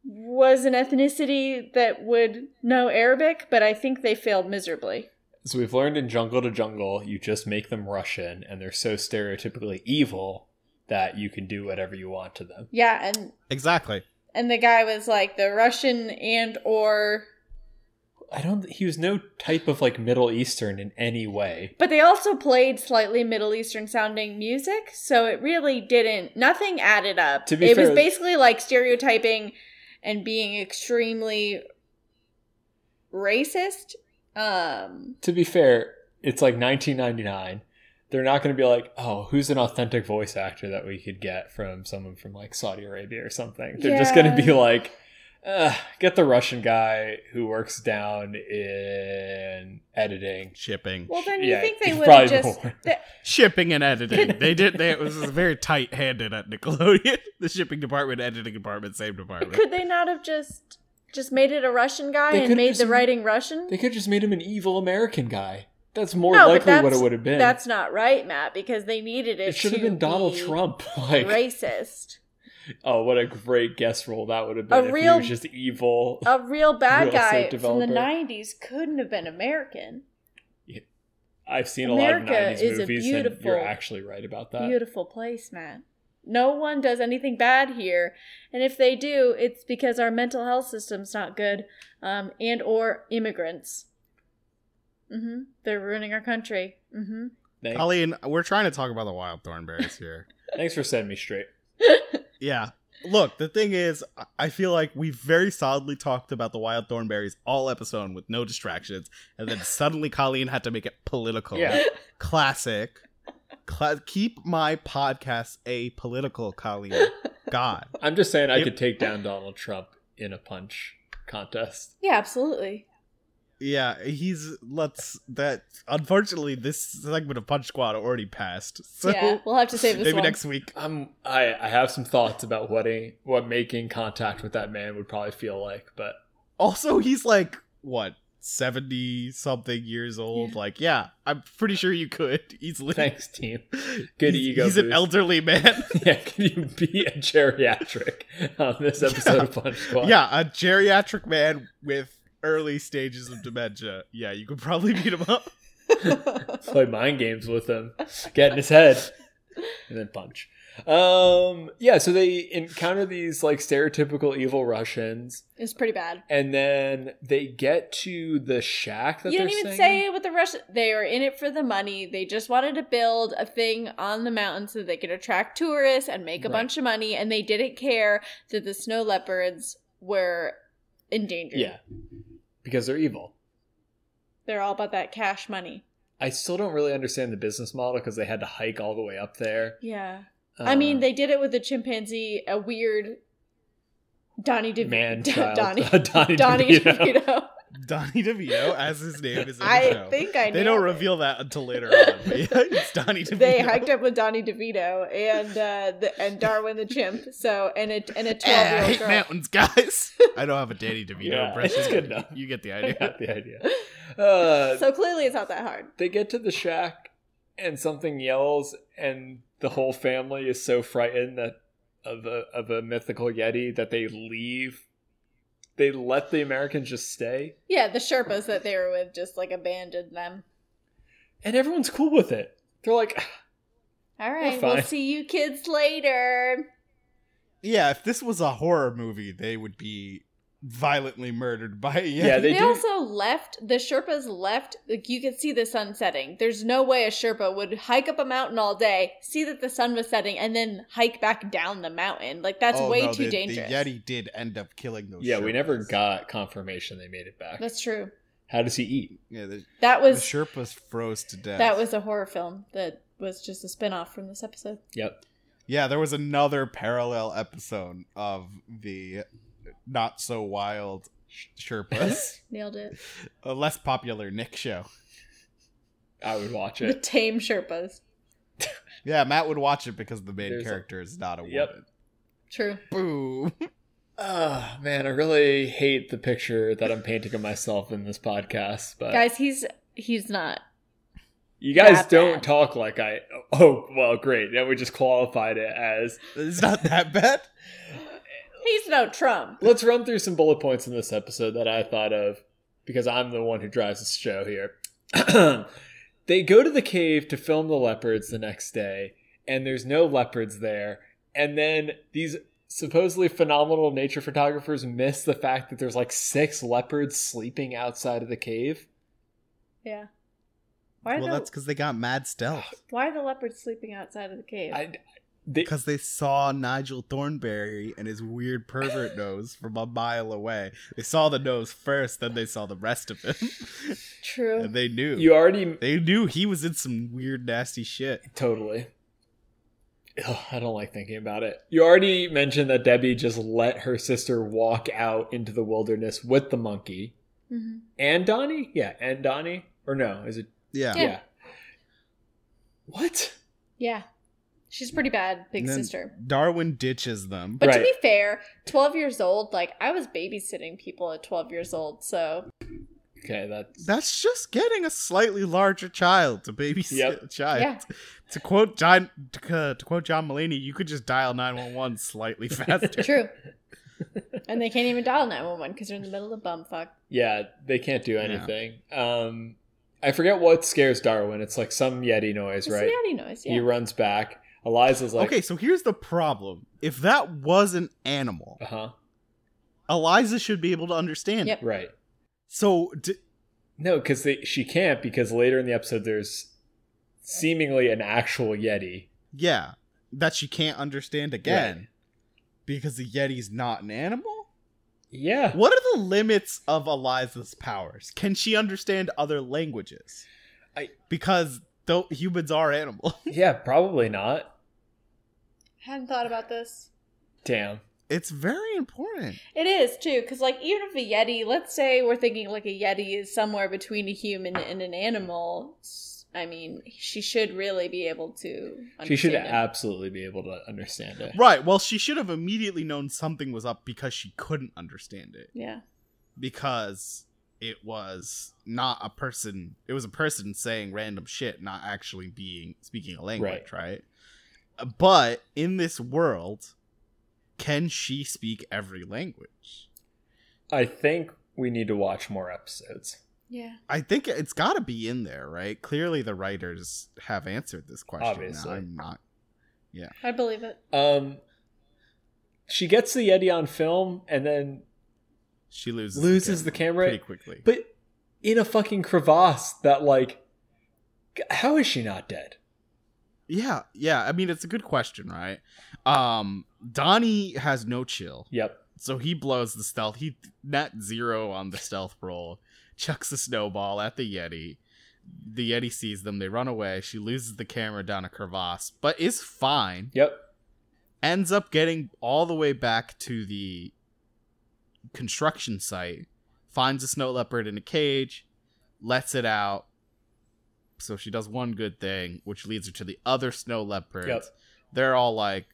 A: was an ethnicity that would know Arabic, but I think they failed miserably.
C: So we've learned in Jungle to Jungle, you just make them Russian, and they're so stereotypically evil that you can do whatever you want to them.
A: Yeah, and
B: Exactly.
A: and the guy was like the Russian and or
C: I don't. He was no type of like Middle Eastern in any way.
A: but they also played slightly Middle Eastern sounding music, so it really didn't nothing added up.
C: To be
A: it
C: fair-
A: was basically like stereotyping and being extremely racist. Um
C: To be fair, it's like 1999. they're not going to be like, oh, who's an authentic voice actor that we could get from someone from like Saudi Arabia or something? They're just going to be
A: Yeah.
C: like, Ugh, get the Russian guy who works down in editing.
B: Shipping.
A: Well, then you
C: Yeah,
A: think they
C: it's
A: would
C: probably
A: have just
C: more.
A: that-
B: shipping and editing. They did. They, it was very tight handed at Nickelodeon. The shipping department, editing department, same department.
A: could they not have just just made it a Russian guy
C: They
A: and
C: could've
A: made
C: just-
A: the writing Russian?
C: They could just made him an evil American guy. That's more
A: No, but
C: likely what
A: that's-
C: it would have been.
A: That's not right, Matt, because they needed it.
C: it should have
A: to
C: been Donald
A: be
C: Trump. Like,
A: Racist.
C: oh, what a great guest role that would have been.
A: A
C: if
A: real-
C: he was just evil.
A: A real bad
C: Real
A: guy
C: estate
A: from the
C: developer.
A: '90s couldn't have been American.
C: I've seen a lot
A: America
C: of
A: is
C: '90s
A: a
C: movies, and
A: beautiful-
C: you're actually right about that.
A: Beautiful place, Matt. No one does anything bad here, and if they do, it's because our mental health system's not good, um, and or immigrants. Mm-hmm. They're ruining our country. Mm-hmm.
C: Thank-
B: Colleen, we're trying to talk about the wild thornberries here.
C: thanks for setting me straight.
B: yeah. Look, the thing is, I- I feel like we very solidly talked about the wild thornberries all episode with no distractions, and then suddenly Colleen had to make it political.
C: Yeah.
B: Classic. Cla- keep my podcast apolitical, Colleen. God.
C: I'm just saying I
B: Yep.
C: could take down Donald Trump in a punch contest.
A: Yeah, absolutely.
B: Yeah, he's let's that unfortunately this segment of Punch Squad already passed. So
A: yeah, we'll have to save this
B: maybe
A: one.
B: next week.
C: I'm I, I have some thoughts about what a, what making contact with that man would probably feel like, but
B: Also, he's like what, seventy something years old? Like, yeah, I'm pretty sure you could easily
C: thanks team.
B: he's,
C: Good ego.
B: He's an
C: boost.
B: elderly man.
C: Yeah, can you be a geriatric on this episode of Punch Squad?
B: yeah, a geriatric man with early stages of dementia. Yeah, you could probably beat him up.
C: play mind games with him, get in his head, and then punch. Um, yeah, so they encounter these like stereotypical evil Russians,
A: it's pretty bad.
C: and then they get to the shack that
A: you
C: they're
A: didn't even
C: staying in.
A: say what the Russian. They are in it for the money. They just wanted to build a thing on the mountain so they could attract tourists and make a
C: Right.
A: bunch of money. And they didn't care that the snow leopards were endangered.
C: Yeah, because they're evil.
A: they're all about that cash money.
C: I still don't really understand the business model because they had to hike all the way up there.
A: Yeah, I mean
C: Uh,
A: they did it with a chimpanzee, a weird Donnie DeVito.
C: man child
A: Donnie.
C: Donnie,
A: Donnie
C: DeVito.
A: DeVito.
B: Donnie DeVito, as his name is in the
A: I
B: show.
A: think I. nailed
B: they don't
A: it.
B: reveal that until later on. But yeah, it's Donnie DeVito.
A: They hiked up with Donnie DeVito and uh, the, and Darwin the chimp. So and a and a
B: Eh, I
A: twelve
B: hate
A: year old girl.
B: mountains, guys. I don't have a Danny DeVito
C: Yeah,
B: impression.
C: it's good enough.
B: You get the
C: I
B: idea.
C: got the idea. Uh,
A: So clearly, it's not that hard.
C: they get to the shack and something yells and the whole family is so frightened that of a of a mythical yeti that they leave they let the americans just stay
A: Yeah, the Sherpas that they were with just like abandoned them.
C: and everyone's cool with it they're like
A: All right,
C: fine.
A: we'll see you kids later.
B: Yeah, if this was a horror movie, they would be violently murdered by a Yeti.
C: Yeah,
A: They,
C: They do-
A: also left. The Sherpas left. Like you could see the sun setting. There's no way a Sherpa would hike up a mountain all day, see that the sun was setting, and then hike back down the mountain. Like that's
B: Oh,
A: way
B: no,
A: too
B: the-
A: dangerous.
B: The Yeti did end up killing those.
C: yeah we never
B: Sherpas.
C: got confirmation they made it back
A: That's true.
C: how does he eat
B: Yeah, the,
A: That
B: the
A: was
B: Sherpas froze to death.
A: That was a horror film that was just a spin-off from this episode.
C: yep
B: Yeah, there was another parallel episode of the not so wild Sh- Sherpas,
A: Nailed it.
B: a less popular Nick show.
C: i would watch
A: The
C: it
A: tame Sherpas.
B: Yeah, Matt would watch it because the main
C: There's a-
B: character is not a
C: Yep.
B: woman.
A: True.
B: Boom.
C: oh man i really hate the picture that i'm painting of myself in this podcast but
A: Guys, he's he's not.
C: you guys
A: that
C: don't
A: bad.
C: talk like i oh well great now we just qualified it as
B: It's not that bad.
A: He's no Trump.
C: Let's run through some bullet points in this episode that I thought of because I'm the one who drives this show here. they go to the cave to film the leopards the next day, and there's no leopards there. And then these supposedly phenomenal nature photographers miss the fact that there's like six leopards sleeping outside of the cave.
A: Yeah. Why are
B: well,
A: the
B: that's because they got mad stealth.
A: why are the leopards sleeping outside of the cave?
C: I, They,
B: because they saw Nigel Thornberry and his weird pervert nose from a mile away. They saw the nose first, then they saw the rest of him,
A: True.
B: and they knew.
C: you already
B: they knew he was in some weird, nasty shit.
C: Totally. Ugh, I don't like thinking about it. You already mentioned that Debbie just let her sister walk out into the wilderness with the monkey
A: hmm
C: and Donnie. Yeah, and Donnie. Or no, is it?
B: Yeah.
A: Yeah.
C: What?
A: Yeah. She's pretty bad, big
B: And then
A: sister.
B: Darwin ditches them.
A: But to
C: Right.
A: be fair, 12 years old, like I was babysitting people at 12 years old, so
C: Okay, that's
B: That's just getting a slightly larger child to babysit
C: Yep.
B: a child.
A: yeah.
B: To quote John, to, uh, to quote John Mulaney, you could just dial nine one one slightly faster.
A: True. and they can't even dial 911 because they're in the middle of bumfuck.
C: yeah. They can't do
B: Yeah.
C: anything. Um, I forget what scares Darwin. It's like some yeti noise,
A: It's
C: right?
A: right. yeti noise.
C: He
A: Yeah.
C: runs back. Eliza's like,
B: okay, so here's the problem: if that was an animal,
C: uh huh,
B: Eliza should be able to understand.
A: Yep.
C: right.
B: So d-
C: No, because she can't. Because later in the episode, there's seemingly an actual yeti.
B: yeah, that she can't understand again because the Yeti's not an animal.
C: Yeah.
B: What are the limits of Eliza's powers? Can she understand other languages?
C: I-
B: because though humans are animals.
C: Yeah, probably not.
A: Hadn't thought about this.
C: Damn.
B: It's very important.
A: It is too, because like even if a yeti, let's say we're thinking like a yeti is somewhere between a human and an animal. s- I mean, she should really be able to. Understand
C: She should
A: it.
C: absolutely be able to understand it.
B: Right. Well, she should have immediately known something was up because she couldn't understand it
A: Yeah.
B: because it was not a person. It was a person saying random shit, not actually being speaking a language, right? But in this world, can she speak every language?
C: I think we need to watch more episodes.
A: Yeah.
B: I think it's got to be in there, right? Clearly, the writers have answered this question. Now,
C: Obviously.
B: I'm not.
A: I believe it.
C: Um she gets the Yeti on film and then
B: She loses
C: loses the camera,
B: pretty quickly.
C: but in a fucking crevasse that like g- how is she not dead?
B: Yeah, yeah. I mean, it's a good question, right? Um, Donnie has no chill,
C: Yep.
B: so he blows the stealth. He net zero on the stealth roll, chucks a snowball at the Yeti. The Yeti sees them. They run away. She loses the camera down a crevasse, but is fine.
C: Yep.
B: Ends up getting all the way back to the construction site. Finds a snow leopard in a cage, lets it out. So she does one good thing, which leads her to the other snow leopard
C: Yep.
B: they're all like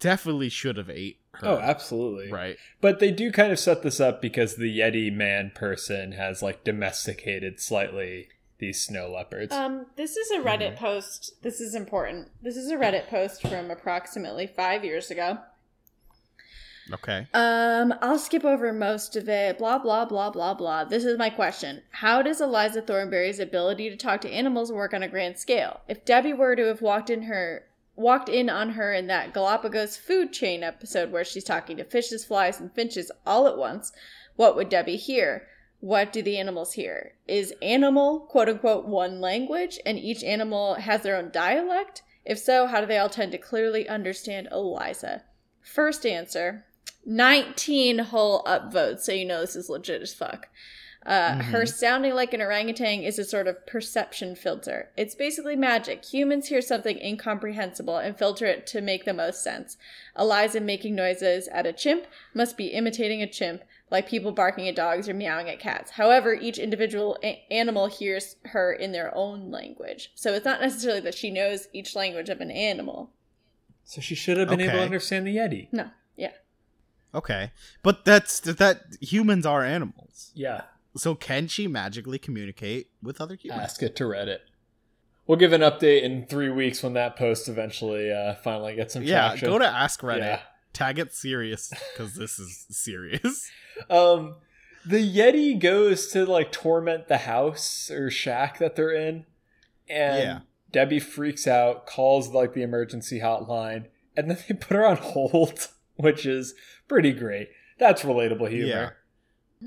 B: definitely should have ate her
C: Oh, absolutely.
B: right
C: But they do kind of set this up because the Yeti man person has like domesticated slightly these snow leopards.
A: Um, this is a Reddit
C: Mm-hmm.
A: post. This is important. This is a Reddit post from approximately five years ago.
B: okay
A: Um, I'll skip over most of it. Blah blah blah blah blah. This is my question: How does Eliza Thornberry's ability to talk to animals work on a grand scale? If Debbie were to have walked in her walked in on her in that Galapagos food chain episode where she's talking to fishes, flies, and finches all at once, what would Debbie hear? What do the animals hear? Is animal quote unquote one language, and each animal has their own dialect? If so, how do they all tend to clearly understand Eliza? First answer 19 whole upvotes, so you know this is legit as fuck. Uh, Her
B: Mhm.
A: sounding like an orangutan is a sort of perception filter. It's basically magic. Humans hear something incomprehensible and filter it to make the most sense. Eliza making noises at a chimp must be imitating a chimp, like people barking at dogs or meowing at cats. However, each individual a- animal hears her in their own language. So it's not necessarily that she knows each language of an animal.
C: so she should have been able to
B: Okay.
C: understand the Yeti.
A: No. Yeah.
B: okay but that's that humans are animals
C: Yeah.
B: so can she magically communicate with other humans
C: ask it to Reddit. We'll give an update in three weeks when that post eventually uh, finally gets some
B: yeah
C: traction.
B: go to ask reddit
C: Yeah.
B: tag it serious because this is serious
C: Um, the Yeti goes to like torment the house or shack that they're in, and
B: Yeah.
C: Debbie freaks out, calls like the emergency hotline, and then they put her on hold, which is pretty great. That's relatable humor.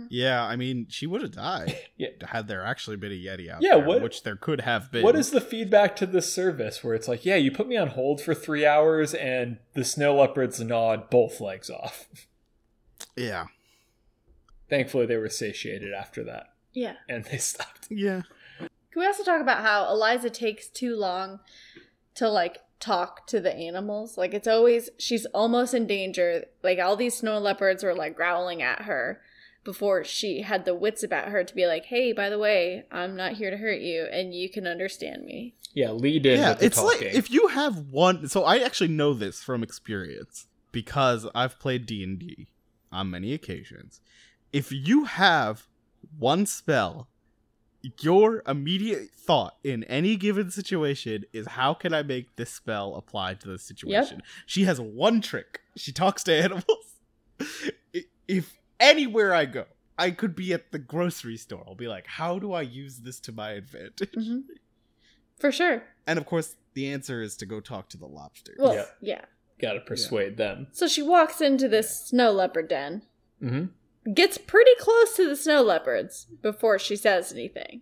B: Yeah, I mean, she would have died
C: Yeah.
B: had there actually been a Yeti out
C: Yeah,
B: there,
C: what-
B: which there could have been.
C: What is the feedback to this service where it's like, yeah, you put me on hold for three hours and the snow leopards gnawed both legs off?
B: Yeah.
C: Thankfully, they were satiated after that
A: Yeah.
C: and they stopped.
B: Yeah.
A: Can we also talk about how Eliza takes too long to like talk to the animals? Like it's always she's almost in danger. Like all these snow leopards were like growling at her before she had the wits about her to be like, "Hey, by the way, I'm not here to hurt you and you can understand me."
C: Yeah, lead in
B: yeah,
C: with the
B: it's like
C: talking.
B: if you have one so I actually know this from experience because I've played D&D on many occasions. If you have one spell, your immediate thought in any given situation is how can I make this spell apply to this situation? She has one trick. She talks to animals. I- if anywhere I go, I could be at the grocery store. I'll be like, how do I use this to my advantage?
A: Mhm. For sure.
B: And of course, the answer is to go talk to the lobster.
A: Well,
C: Yeah.
A: yeah.
C: Gotta persuade them.
A: So she walks into this snow leopard den.
C: Mm-hmm.
A: Gets pretty close to the snow leopards before she says anything.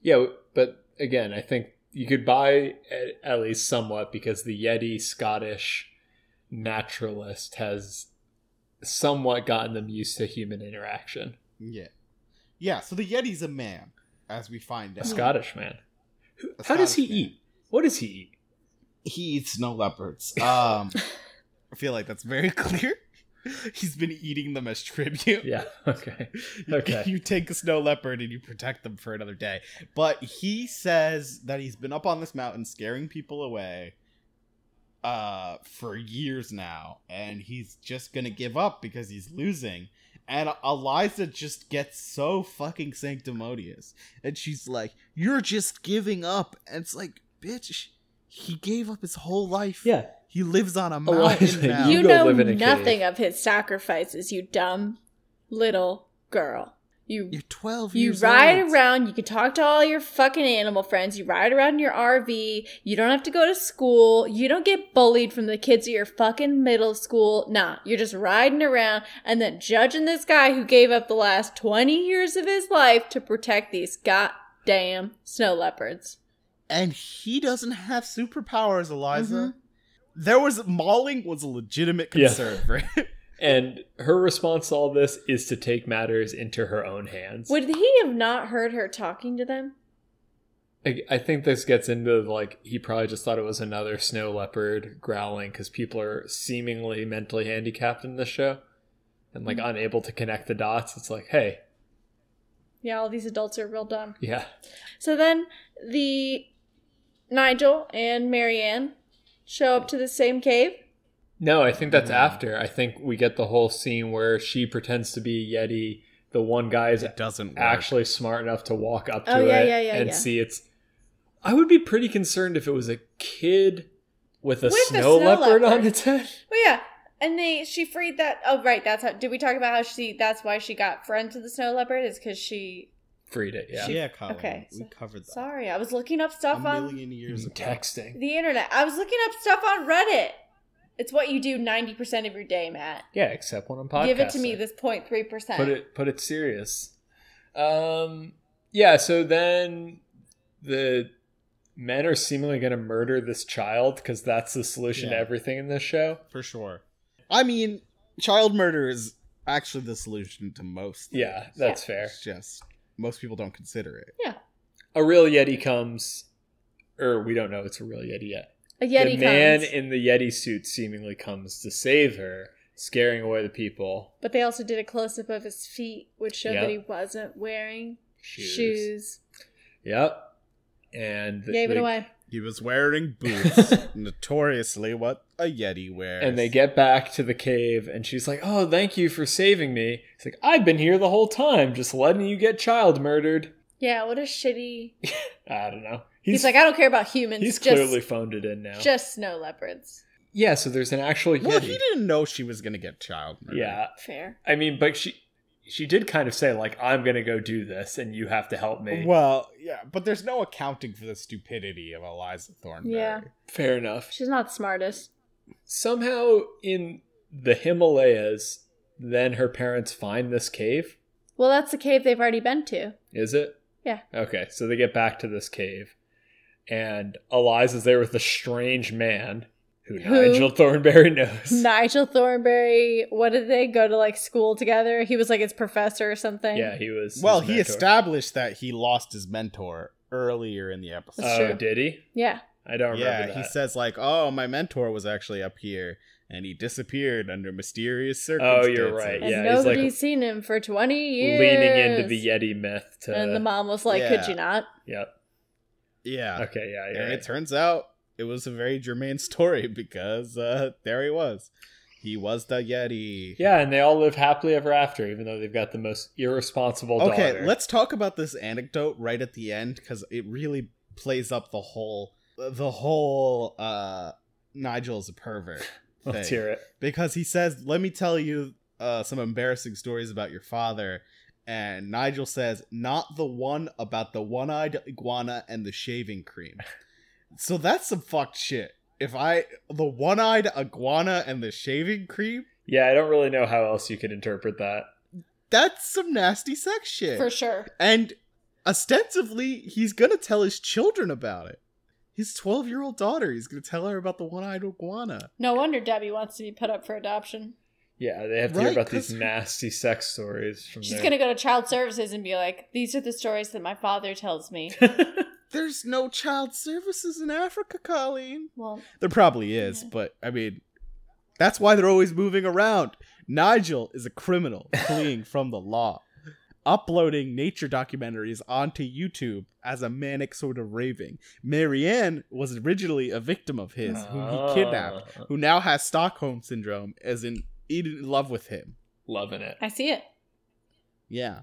C: Yeah, but again, I think you could buy at, at least somewhat because the Yeti Scottish naturalist has somewhat gotten them used to human interaction.
B: yeah. Yeah, so the Yeti's a man, as we find
C: A
B: out.
C: Scottish man. Who-
B: A
C: How does he
B: Scottish man.
C: eat? What does he eat?
B: He eats snow leopards. Um, I feel like that's very clear. He's been eating them as tribute.
C: Yeah, okay.
B: You-
C: Okay.
B: You take a snow leopard and you protect them for another day. But he says that he's been up on this mountain scaring people away uh for years now and he's just going to give up because he's losing. And Eliza just gets so fucking sanctimonious. And she's like, "You're just giving up." And it's like, "Bitch, he gave up his whole life.
C: Yeah.
B: He lives on a mountain
C: Eliza,
B: now."
C: Um,
A: you
C: go
A: know
C: live in a
A: nothing
C: cave.
A: of his sacrifices, you dumb little girl. You
B: You're 12
A: you
B: years
A: ride
B: old.
A: around, you can talk to all your fucking animal friends, you ride around in your RV, you don't have to go to school, you don't get bullied from the kids at your fucking middle school. Nah, you're just riding around and then judging this guy who gave up the last 20 years of his life to protect these goddamn snow leopards.
B: and he doesn't have superpowers, Eliza.
A: Mm-hmm.
B: There was mauling was a legitimate
C: Yeah.
B: concern for him.
C: And her response to all this is to take matters into her own hands.
A: Would he have not heard her talking to them?
C: I, I think this gets into like he probably just thought it was another snow leopard growling because people are seemingly mentally handicapped in this show and
A: Hmm.
C: like unable to connect the dots. It's like, hey,
A: Yeah, all these adults are real dumb.
C: yeah,
A: So then the Nigel and Marianne show up to the same cave.
C: no, I think that's
B: Mm.
C: after. I think we get the whole scene where she pretends to be a Yeti. The one guy is
B: doesn't
C: actually smart enough to walk up to
A: Oh, yeah,
C: it
A: yeah, yeah,
C: and
A: yeah.
C: see it's. I would be pretty concerned if it was a kid with a
A: With a
C: snow,
A: snow
C: leopard, on
A: leopard.
C: its head.
A: Well, yeah, and they she freed that. Oh, right. That's how. Did we talk about how she? That's why she got friends with the snow leopard. Is because she.
C: Freed it, yeah.
B: Yeah, yeah Colin,
A: okay,
B: we
A: so-
B: covered that
A: Sorry, Um, I was looking up
B: a
A: stuff on
B: million years ago.
C: Texting.
A: the internet. I was looking up stuff on Reddit. It's what you do ninety percent of your day, Matt.
C: Yeah, except when I'm podcasting.
A: Give it to me. This 03 percent.
C: put it put it serious. Um, yeah. So then the men are seemingly going to murder this child because that's the solution
B: Yeah.
C: to everything in this show.
B: for sure. I mean, child murder is actually the solution to most. things.
C: Yeah, that's fair.
B: It's just most people don't consider it.
C: A real yeti comes, or we don't know it's a real yeti yet.
A: A yeti
C: the man
A: comes,
C: in the yeti suit seemingly comes to save her, scaring away the people.
A: but they also did a close up of his feet, which showed
C: Yeah.
A: that he wasn't wearing
C: Shoes.
A: shoes.
C: Yep. And the-
A: Gave it
C: the-
A: away.
B: He was wearing boots, notoriously what a yeti wears.
C: And they get back to the cave, and she's like, "Oh, thank you for saving me." It's like I've been here the whole time, just letting you get child murdered.
A: Yeah, what a shitty. He's,
C: I don't know.
A: like, I don't care about humans.
C: he's
A: just,
C: clearly phoned it in now.
A: just snow leopards.
C: yeah, so there's an actual yeti.
B: well, he didn't know she was gonna get child murder.
C: yeah,
A: Fair.
C: I mean, but she she did kind of say like, "I'm gonna go do this, and you have to help me."
B: Well, yeah, but there's no accounting for the stupidity of Eliza Thornberry.
A: Yeah.
C: Fair enough.
A: She's not the smartest.
C: Somehow in the Himalayas, then her parents find this cave.
A: Well, that's the cave they've already been to.
C: Is it?
A: Yeah.
C: Okay, so they get back to this cave, and Eliza's there with a strange man who,
A: Who-
C: Nigel Thornberry knows.
A: Nigel Thornberry, what did they go to like school together? He was like his professor or something.
C: yeah, he was.
B: Well,
C: his
B: he
C: mentor.
B: established that he lost his mentor earlier in the episode.
A: That's
C: Oh,
A: true.
C: did he?
A: Yeah.
C: I don't
B: yeah,
C: remember
B: he
C: that.
B: says like, "Oh, my mentor was actually up here, and he disappeared under mysterious
C: Oh,
B: circumstances."
C: you're right.
A: And
C: Yeah, he's like-
A: nobody's seen him for 20 years.
C: Leaning into the uh, Yeti myth to.
A: And the mom was like, could
B: Yeah.
A: you not?
C: yeah.
B: Yeah,
C: Okay. Yeah.
B: and
C: Yeah.
B: it turns out it was a very germane story because uh, there he was. He was the Yeti.
C: Yeah, and they all live happily ever after, even though they've got the most irresponsible
B: Okay,
C: daughter.
B: let's talk about this anecdote right at the end because it really plays up the whole the whole uh, Nigel's a pervert.
C: Let's
B: thing.
C: hear it.
B: because he says, "Let me tell you uh, some embarrassing stories about your father." And Nigel says, "Not the one about the one-eyed iguana and the shaving cream." so that's some fucked shit. If I the one-eyed iguana and the shaving cream,
C: Yeah, I don't really know how else you could interpret that.
B: that's some nasty sex shit.
A: For sure.
B: And ostensibly, he's gonna tell his children about it. His twelve-year-old daughter, he's gonna tell her about the one-eyed iguana.
A: No wonder Debbie wants to be put up for adoption.
C: Yeah, they have to
B: Right,
C: hear about these
B: 'cause-
C: nasty sex stories from
A: She's
C: their-
A: going to go to child services and be like, these are the stories that my father tells me.
B: There's no child services in Africa, Colleen.
A: well,
B: There probably is,
A: Yeah.
B: but I mean, that's why they're always moving around. Nigel is a criminal fleeing from the law, uploading nature documentaries onto YouTube as a manic sort of raving. Marianne was originally a victim of his, whom he kidnapped,
C: Ah,
B: who now has Stockholm syndrome, as in in love with him.
C: Loving it.
A: I see it.
B: Yeah,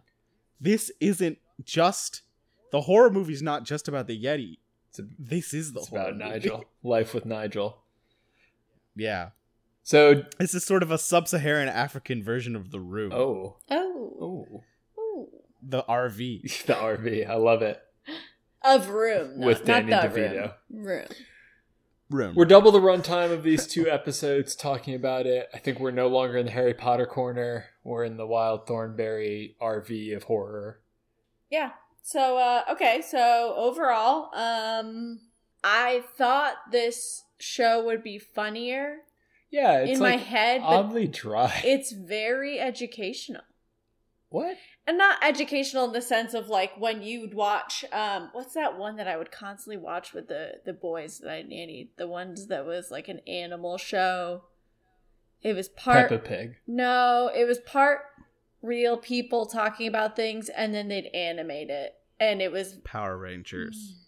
B: this isn't just the horror movie's not just about the Yeti.
C: It's, a-
B: This is the
C: it's
B: horror
C: about
B: movie.
C: Nigel. Life with Nigel.
B: Yeah,
C: So,
B: this is sort of a sub-Saharan African version of the room.
C: oh,
A: Oh.
C: oh,
A: Ooh.
B: the
C: the
B: RV.
C: RV. I love it.
A: Of room. no,
C: With
A: not
C: Danny
A: the
C: DeVito.
A: Room. room.
B: Room.
C: We're double the runtime of these two episodes talking about it. I think we're no longer in the Harry Potter corner. We're in the Wild Thornberry RV of horror.
A: Yeah. So uh okay, so overall, um I thought this show would be funnier
C: Yeah, it's
A: in my
C: like
A: head, but
C: oddly dry.
A: it's very educational.
C: what?
A: And not educational in the sense of like when you'd watch um what's that one that I would constantly watch with the the boys that I nannied, the ones that was like an animal show. It was part
C: Peppa Pig.
A: No, it was part real people talking about things and then they'd animate it. And it was
B: Power Rangers.
A: Mm.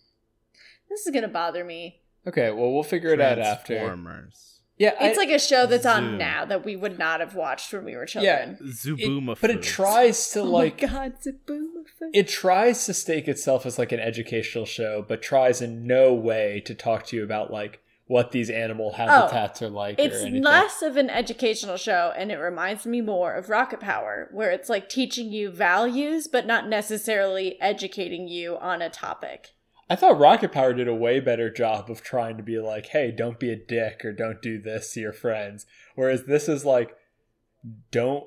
A: This is gonna bother me.
C: Okay, well we'll figure it out after.
B: Transformers.
C: Yeah, I-
A: It's like a show that's on
B: Zoom.
A: now that we would not have watched when we were children.
B: Zubuma.
C: It- but it
B: Foods.
C: tries to
A: Oh
C: like
A: my God, it's a boomer thing.
C: it tries to stake itself as like an educational show, but tries in no way to talk to you about like what these animal habitats are like. or
A: Oh, It's
C: anything.
A: less of an educational show, and it reminds me more of Rocket Power, where it's like teaching you values, but not necessarily educating you on a topic.
C: I thought Rocket Power did a way better job of trying to be like, hey, don't be a dick or don't do this to your friends. Whereas this is like, don't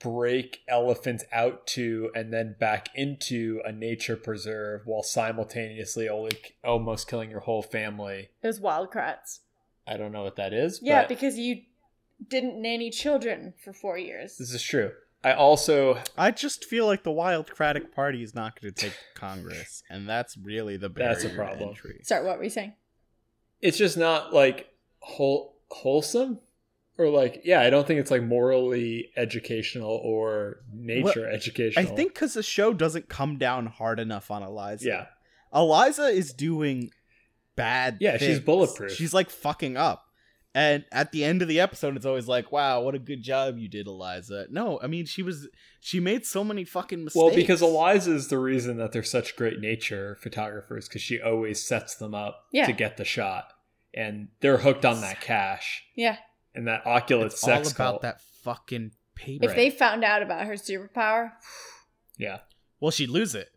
C: break elephants out to and then back into a nature preserve while simultaneously only, almost killing your whole family.
A: It was Wildcrats.
C: I don't know what that is.
A: Yeah,
C: but
A: because you didn't nanny children for four years.
C: this is true. I also
B: I just feel like the Wildcratic Party is not going to take Congress, and that's really the barrier
C: That's a
B: to
C: problem.
B: entry.
A: Sorry, what were you saying?
C: it's just not like whole, wholesome or like yeah i don't think it's like morally educational or nature
B: I
C: educational
B: think because the show doesn't come down hard enough on Eliza.
C: yeah
B: Eliza is doing bad.
C: Yeah, she's
B: things.
C: bulletproof.
B: She's like fucking up. And at the end of the episode, it's always like, "Wow, what a good job you did, Eliza." No, I mean she was she made so many fucking mistakes.
C: well because eliza is the reason that they're such great nature photographers because she always sets them up
A: Yeah.
C: to get the shot and they're hooked on that cash
A: Yeah.
C: and that oculate
B: it's all
C: sex
B: about
C: cult.
B: that fucking paper.
A: If they found out about her superpower,
C: yeah
B: well, she'd lose it.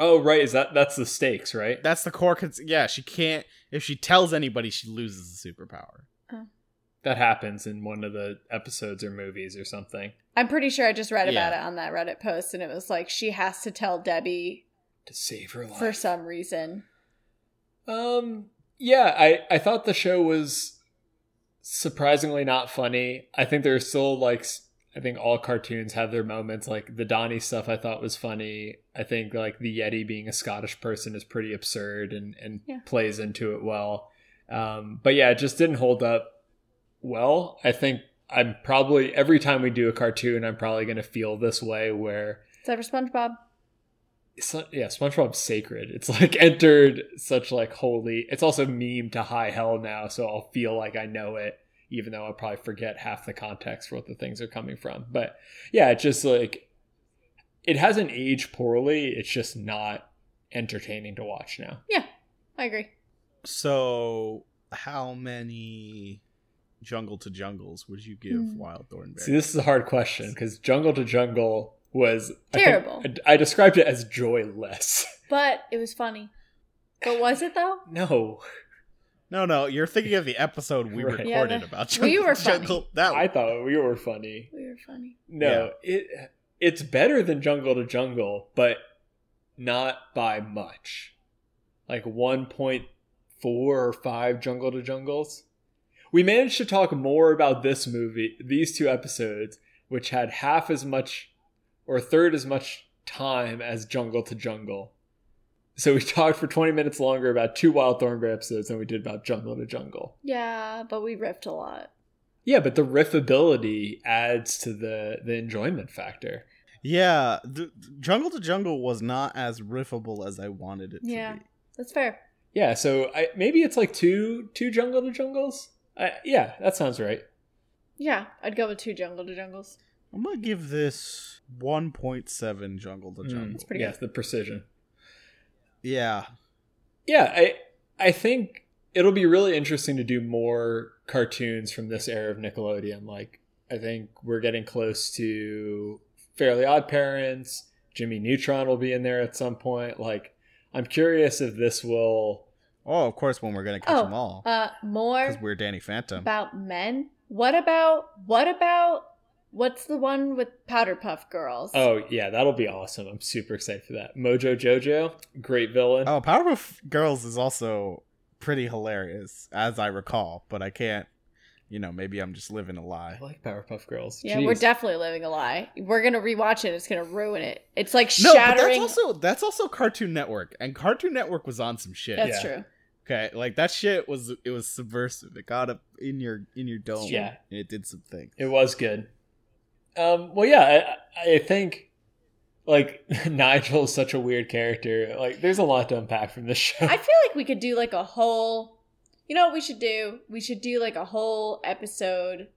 C: oh right is that that's the stakes right
B: That's the core. Cons- yeah, she can't. If she tells anybody, she loses the superpower.
D: that happens in one of the episodes or movies or something.
A: I'm pretty sure I just read about
D: Yeah.
A: it on that Reddit post, and it was like she has to tell Debbie
D: To save her life.
A: for some reason.
D: Um
C: Yeah, I, I thought the show was surprisingly not funny. I think there's still like s- I think all cartoons have their moments. Like the Donnie stuff I thought was funny. I think like the Yeti being a Scottish person is pretty absurd and, and
A: Yeah.
C: plays into it well. Um, but yeah, it just didn't hold up well. I think I'm probably every time we do a cartoon, I'm probably gonna feel this way where
A: Is that for SpongeBob?
C: it's not- yeah, SpongeBob's sacred. It's like entered such like holy. It's also meme to high hell now, so I'll feel like I know it, even though I'll probably forget half the context for what the things are coming from. But yeah, it's just like it hasn't aged poorly. It's just not entertaining to watch now.
A: I agree.
B: So, how many jungle to jungles would you give
A: Hmm.
B: Wild Thornberry?
C: See, this is a hard question because Jungle to Jungle was I think-
A: Terrible.
C: I, I described it as joyless.
A: But it was funny. But was it though?
C: no,
B: no, no, you're thinking of the episode we
C: Right.
B: recorded
A: Yeah, that-
B: about jungle.
A: we were
B: to
A: funny.
B: jungle. That
C: I thought we were funny.
A: We were funny.
C: No, it it's better than Jungle to Jungle, but not by much. Like 1.4 or 5 Jungle to Jungles. We managed to talk more about this movie, these two episodes, which had half as much or a third as much time as Jungle to Jungle. So we talked for 20 minutes longer about two Wild Thornberry episodes than we did about Jungle to Jungle.
A: Yeah, but we ripped a lot.
C: Yeah, but the riffability adds to the the enjoyment factor.
B: yeah, the, jungle to jungle was not as riffable as I wanted it
A: Yeah.
B: to be.
A: That's fair.
C: Yeah, so I, maybe it's like two two jungle to jungles. I, yeah, that sounds right.
A: Yeah, I'd go with two jungle to jungles.
B: I'm gonna give this 1.7 jungle to
C: Mm.
B: jungle.
A: That's pretty
C: yeah,
A: good.
C: the precision.
B: Yeah,
C: Yeah, I I think it'll be really interesting to do more cartoons from this era of Nickelodeon. Like I think we're getting close to Fairly Odd Parents. Jimmy Neutron will be in there at some point. Like I'm curious if this will.
B: Oh, of course, when we're gonna catch
A: Oh,
B: them all
A: Uh, more
B: because we're Danny Phantom.
A: about men. What about what about what's the one with powder puff girls?
C: Oh yeah, that'll be awesome. I'm super excited for that. Mojo Jojo, great villain.
B: Oh, Powerpuff Girls is also pretty hilarious, as I recall, but I can't. You know, maybe I'm just living a lie.
C: I like Powerpuff Girls.
A: yeah, we're
C: Jeez.
A: definitely living a lie. We're gonna rewatch it. It's gonna ruin it. It's like
B: No, but that's
A: shattering.
B: also that's also Cartoon Network, and Cartoon Network was on some shit.
A: That's
C: Yeah.
A: true.
B: Okay, like that shit was it was subversive. It got up in your in your dome.
C: Yeah.
B: and it did some things.
C: It was good. Um, well, yeah, I, I think like Nigel is such a weird character. Like, there's a lot to unpack from this show.
A: I feel like we could do like a whole. You know what we should do? We should do like a whole episode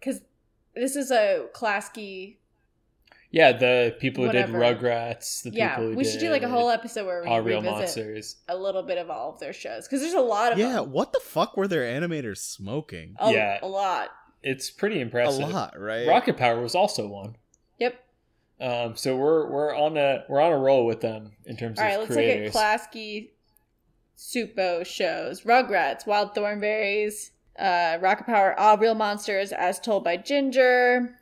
A: because this is a Klasky.
C: yeah, the people who
A: Whatever.
C: did Rugrats, the
A: Yeah,
C: people who
A: we
C: did
A: should do like a whole episode where we
C: All Real
A: revisit
C: Monsters.
A: a little bit of all of their shows because there's a lot of
B: Yeah,
A: them.
B: what the fuck were their animators smoking?
A: A,
C: Yeah.
A: a lot.
C: It's pretty
B: A
C: impressive.
B: lot, right?
C: Rocket Power was also one.
A: Yep.
C: Um, so we're we're on a we're on a roll with them in terms
A: All
C: of
A: right, let's look at
C: creators.
A: Klasky Supo shows Rugrats, Wild Thornberries, uh, Rocket Power, All Real Monsters, As Told by Ginger.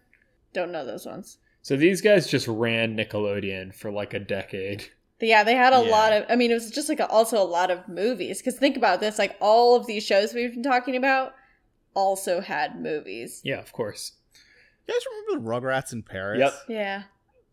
A: Don't know those ones.
C: so these guys just ran Nickelodeon for like a decade.
A: But yeah, they had a
B: Yeah.
A: lot of. I mean, it was just like a, also a lot of movies. Because think about this, like all of these shows we've been talking about also had movies.
C: Yeah, of course.
B: You guys remember Rugrats in Paris?
C: Yep.
A: Yeah.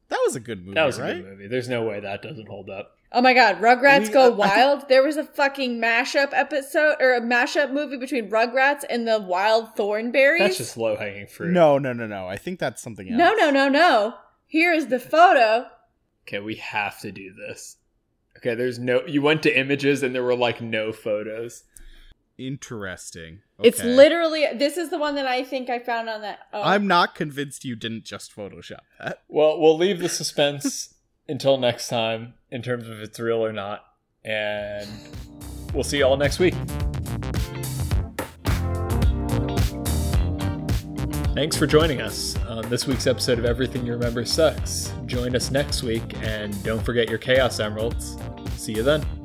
B: That was a good movie,
C: That was a
B: right?
C: good movie. There's no way that doesn't hold up.
A: Oh my God, Rugrats
B: We- uh,
A: Go
B: I- I think-
A: Wild. there was a fucking mashup episode or a mashup movie between Rugrats and the Wild Thornberries.
C: That's just low hanging fruit.
B: No, no, no, no. I think that's something else.
A: No, no, no, no. Here is the photo.
C: Okay, we have to do this. Okay, there's no. You went to images and there were like no photos.
B: Interesting.
A: It's
B: Okay.
A: literally this is the one that I think I found on that. Oh,
B: I'm not convinced you didn't just Photoshop that.
C: Well, we'll leave the suspense until next time in terms of if it's real or not. And we'll see you all next week. Thanks for joining us on this week's episode of Everything You Remember Sucks. Join us next week and don't forget your Chaos Emeralds. See you then.